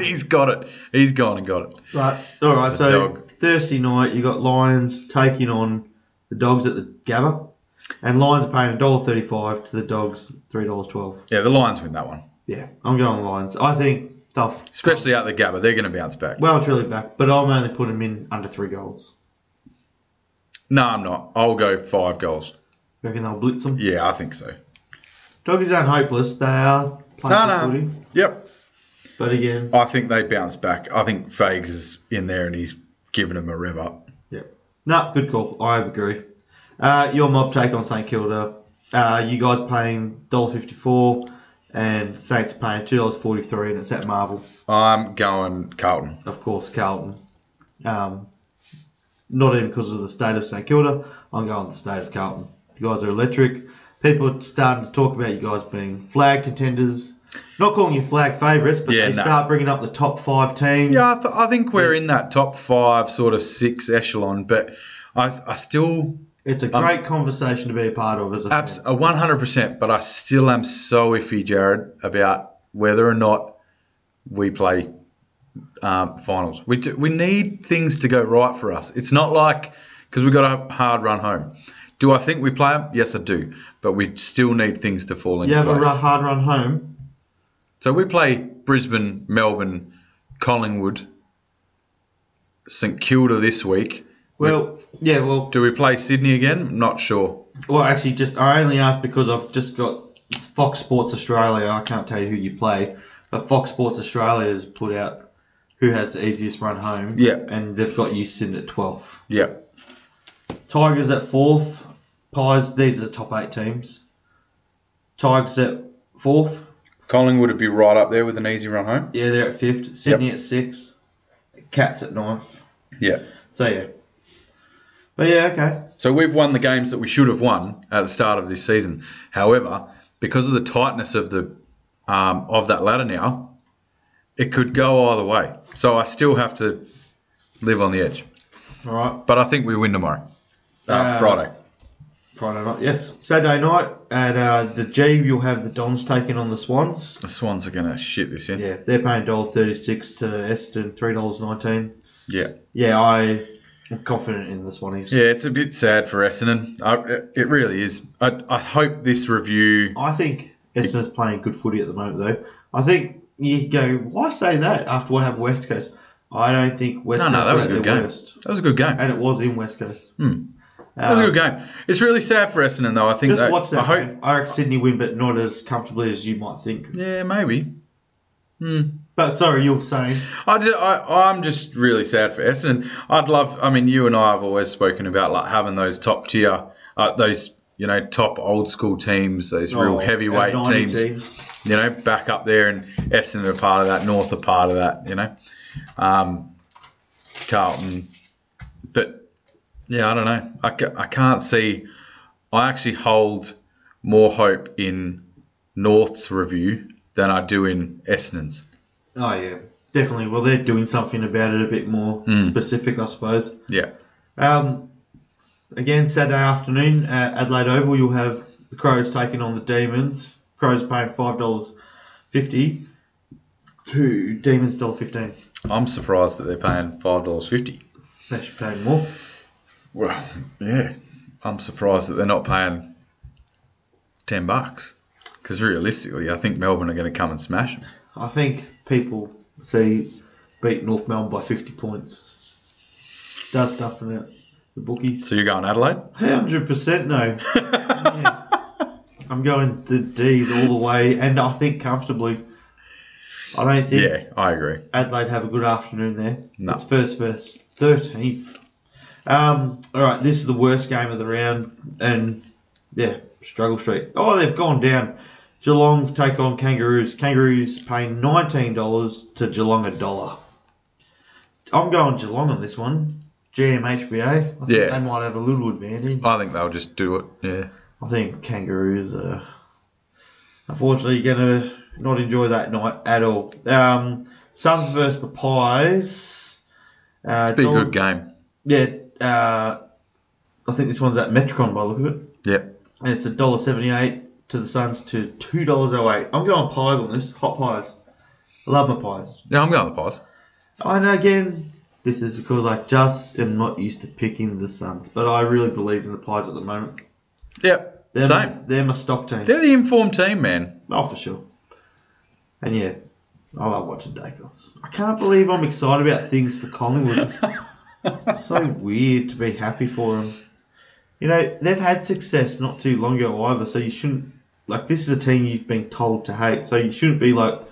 he's got it. He's gone and got it.
Right. All right. so
dog.
Thursday night, you got Lions taking on the Dogs at the Gabba, and Lions are paying $1.35 to the Dogs $3.12.
Yeah, the Lions win that one,
Yeah, I'm going Lions. I think they'll
especially out the Gabba. They're going to bounce back.
well and truly back, but I'm only putting them in under three goals.
no, I'm not. I'll go five goals.
You reckon they'll blitz them?
Yeah, I think so.
Doggies aren't hopeless. They are playing
No,
good
no.
footy,
Yep.
but again,
I think they bounce back. I think Fags is in there and he's giving them a rev up.
Yeah. No, good call. I agree. Uh, your mob take on St Kilda. Uh, you guys paying $1.54 and Saints paying $2.43 and it's at Marvel.
I'm going Carlton.
Of course, Carlton. Um, not even because of the state of St Kilda. I'm going with the state of Carlton. You guys are electric. People are starting to talk about you guys being flag contenders. Not calling you flag favourites, but
Yeah,
they
no.
start bringing up the top five teams.
Yeah, I, th- I think we're in that top five, sort of six echelon, but I, I still
It's a great conversation to be a part of as a
Abs-
fan.
uh, 100%, but I still am so iffy, Jared, about whether or not we play um, finals. We, do, we need things to go right for us. It's not like because we got a hard run home. Do I think we play 'em? Yes, I do. But we still need things to fall
You
into
have a
place.
ru- hard run home.
So we play Brisbane, Melbourne, Collingwood, St Kilda this week.
Well, yeah, well,
Do we play Sydney again? Not sure.
well, actually, just I only asked because I've just got it's Fox Sports Australia. I can't tell you who you play, but Fox Sports Australia has put out who has the easiest run home.
Yeah.
and they've got you sitting at twelfth.
Yeah.
Tigers at fourth. Pies. These are the top eight teams. Tigers at fourth.
Collingwood would be right up there with an easy run home.
Yeah, they're at fifth. Sydney at sixth. Cats at ninth.
Yeah.
So yeah. But yeah, okay.
So we've won the games that we should have won at the start of this season. However, because of the tightness of the um, of that ladder now, it could go either way. So I still have to live on the edge.
All right.
But I think we win tomorrow, uh,
Uh,
Friday.
Friday night, yes. Saturday night at uh, the G, you'll have the Dons taking on the Swans.
The Swans are going to shit this in.
Yeah, they're paying dollar thirty six to Essendon, three dollars nineteen.
yeah.
Yeah, I am confident in the Swannies.
Yeah, it's a bit sad for Essendon. I, it really is. I, I hope this review.
I think Essendon's playing good footy at the moment, though. I think you go, why say that after what happened West Coast? I don't think West
No,
Coast
no, that was a
were at
good
their
game.
worst,
That was a good game.
and it was in West Coast. Uh,
That was a good game. It's really sad for Essendon, though. I think
Just
they-
watch that.
I hope.
game. I reckon Sydney win, but not as comfortably as you might think.
Yeah, maybe.
But sorry, you're saying
I just, I, I'm just really sad for Essendon. I'd love. I mean, you and I have always spoken about like having those top tier, uh, those you know top old school teams, those real
Oh,
heavyweight
our 90
teams, You know, back up there, and Essendon are part of that. North are part of that. You know, um, Carlton. But yeah, I don't know. I, ca- I can't see. I actually hold more hope in North's review than I do in Essendon's.
Oh yeah, definitely. Well, they're doing something about it a bit more specific, I suppose.
Yeah.
Um, again, Saturday afternoon at Adelaide Oval, you'll have the Crows taking on the Demons. Crows paying five dollars fifty to Demons dollar fifteen.
I'm surprised that they're paying five dollars fifty.
They should pay more.
Well, yeah, I'm surprised that they're not paying ten bucks. Because realistically, I think Melbourne are going to come and smash them.
I think people see beat North Melbourne by fifty points. Does stuff in it. The bookies.
So you're going Adelaide?
Hundred percent no. Yeah. I'm going the D's all the way, and I think comfortably. I don't think
Yeah, I agree.
Adelaide have a good afternoon there.
No.
It's first verse thirteenth. Um, all right, this is the worst game of the round, and yeah, struggle streak. Oh, they've gone down. Geelong take on Kangaroos. Kangaroos pay nineteen dollars to Geelong a dollar. I'm going Geelong on this one. GMHBA. I think
Yeah.
they might have a little advantage.
I think they'll just do it. Yeah.
I think kangaroos are unfortunately going to not enjoy that night at all. Um, Suns versus the Pies. Uh,
Be a
Dollars-
good game.
Yeah, uh, I think this one's at Metricon by the look of it,
Yep.
and it's a dollar seventy-eight to the Suns to two dollars oh eight. I'm going pies on this. Hot pies. I love my pies.
Yeah, I'm going the Pies.
And again, this is because I just am not used to picking the Suns, but I really believe in the Pies at the moment.
Yep.
They're My,
Same.
they're my stock team.
They're the informed team, man.
Oh, for sure. And yeah, I love watching Dacos. I can't believe I'm excited about things for Collingwood. so weird to be happy for them. You know, they've had success not too long ago either, so you shouldn't. Like, this is a team you've been told to hate, so you shouldn't be like,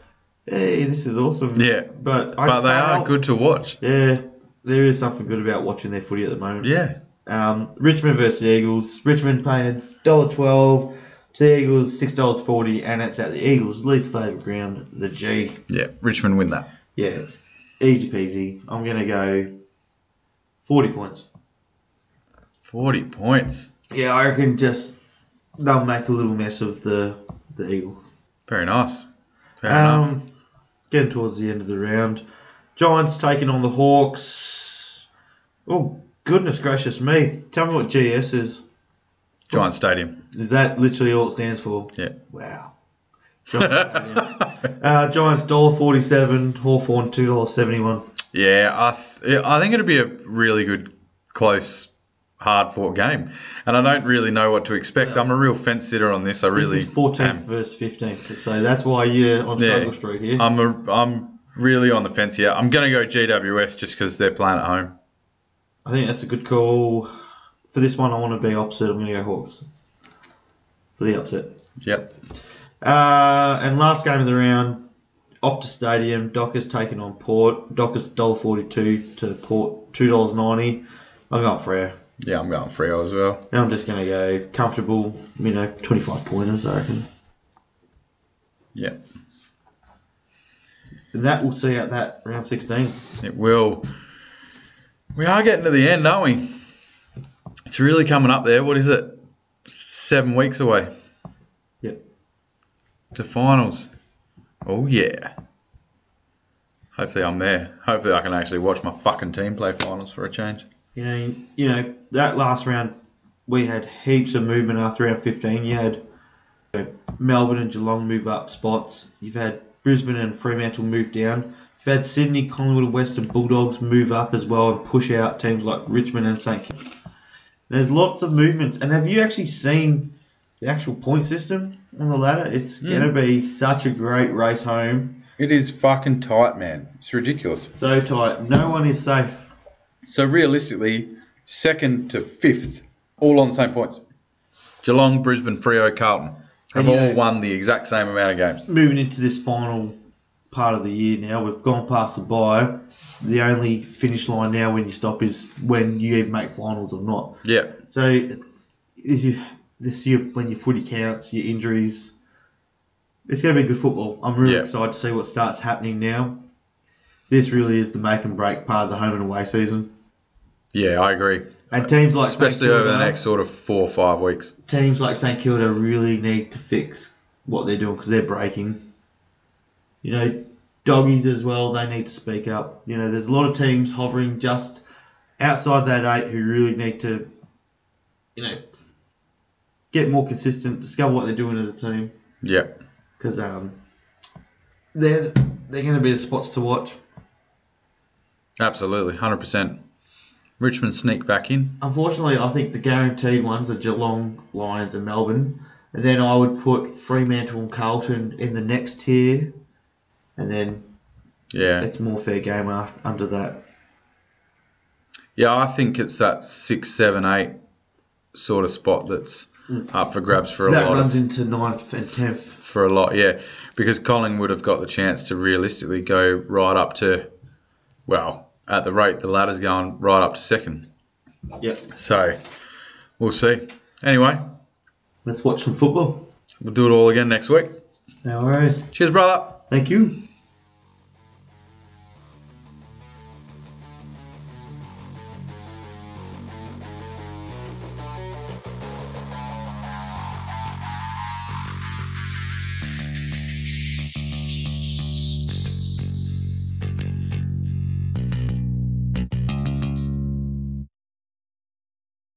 hey, this is awesome.
Yeah.
But,
But
I just
they
can't
are
help-
good to watch.
Yeah, there is something good about watching their footy at the moment.
Yeah.
Um, Richmond versus the Eagles. Richmond paying dollar twelve to the Eagles six dollars forty, and it's at the Eagles' least favourite ground, the G.
Yeah. Richmond win that.
Yeah, easy peasy. I'm gonna go forty points.
Forty points.
Yeah, I reckon just they'll make a little mess of the the Eagles.
Very nice. Fair enough.
Um, getting towards the end of the round, Giants taking on the Hawks. Oh goodness gracious me! Tell me what GS is.
Giant Stadium.
Is that literally all it stands for?
Yeah.
Wow. uh, Giants dollar forty-seven, Hawthorn two dollars seventy-one.
Yeah, I th- I think it'll be a really good, close, hard fought game, and I don't really know what to expect. I'm a real fence sitter on this. I
This
really
is fourteenth
am.
versus fifteenth, so that's why you're on
Yeah. Um,
Struggle Street here.
I'm a, I'm really on the fence here. I'm going to go GWS just because they're playing at home.
I think that's a good call. For this one, I want to be opposite. I'm going to go Hawks for the upset.
Yep.
Uh, and last game of the round, Optus Stadium. Dockers taking on Port. Dockers dollar forty-two to Port two dollars ninety. I'm going Freo.
Yeah, I'm going Freo as well.
And I'm just going to go comfortable, you know, 25 pointers, I reckon.
Yeah,
And that will see out that round 16.
it will. We are getting to the end, aren't we? It's really coming up there. What is it? Seven weeks away
Yep.
to finals. Oh yeah. Hopefully I'm there. Hopefully I can actually watch my fucking team play finals for a change.
You know, you know, that last round, we had heaps of movement after round 15. You had you know, Melbourne and Geelong move up spots. You've had Brisbane and Fremantle move down. You've had Sydney, Collingwood, and Western Bulldogs move up as well and push out teams like Richmond and St. Kilda. There's lots of movements. And have you actually seen the actual point system on the ladder? It's going to be such a great race home.
It is fucking tight, man. It's ridiculous.
So tight. No one is safe.
So realistically, second to fifth all on the same points. Geelong, Brisbane, Frio, Carlton have
And, you
all
know-
won the exact same amount of games.
moving into this final part of the year now, we've gone past the bye. The only finish line now when you stop is when you even make finals or not.
Yeah,
So is you, this year when your footy counts, your injuries, it's going to be good football. I'm really
Yeah.
excited to see what starts happening now. This really is the make and break part of the home and away season.
yeah, I agree.
And teams like St
Especially over the
Kilda-
next sort of four or five weeks.
teams like St Kilda really need to fix what they're doing because they're breaking. You know, doggies as well. They need to speak up. You know, there's a lot of teams hovering just outside that eight who really need to, you know, get more consistent, discover what they're doing as a team
Yeah,
because um, they're they're going to be the spots to watch.
absolutely, hundred percent. Richmond sneak back in.
Unfortunately, I think the guaranteed ones are Geelong, Lions, and Melbourne. And then I would put Fremantle and Carlton in the next tier. And then
Yeah,
it's more fair game after, under that.
Yeah, I think it's that six, seven, eight sort of spot that's up for grabs for a
Mm. That
lot.
runs
Of,
into 9th and 10th.
for a lot, yeah, because Collingwood have got the chance to realistically go right up to, well, at the rate the ladder's going, right up to second.
Yep.
So we'll see. Anyway,
Let's watch some football.
we'll do it all again next week.
No worries.
Cheers, brother.
Thank you.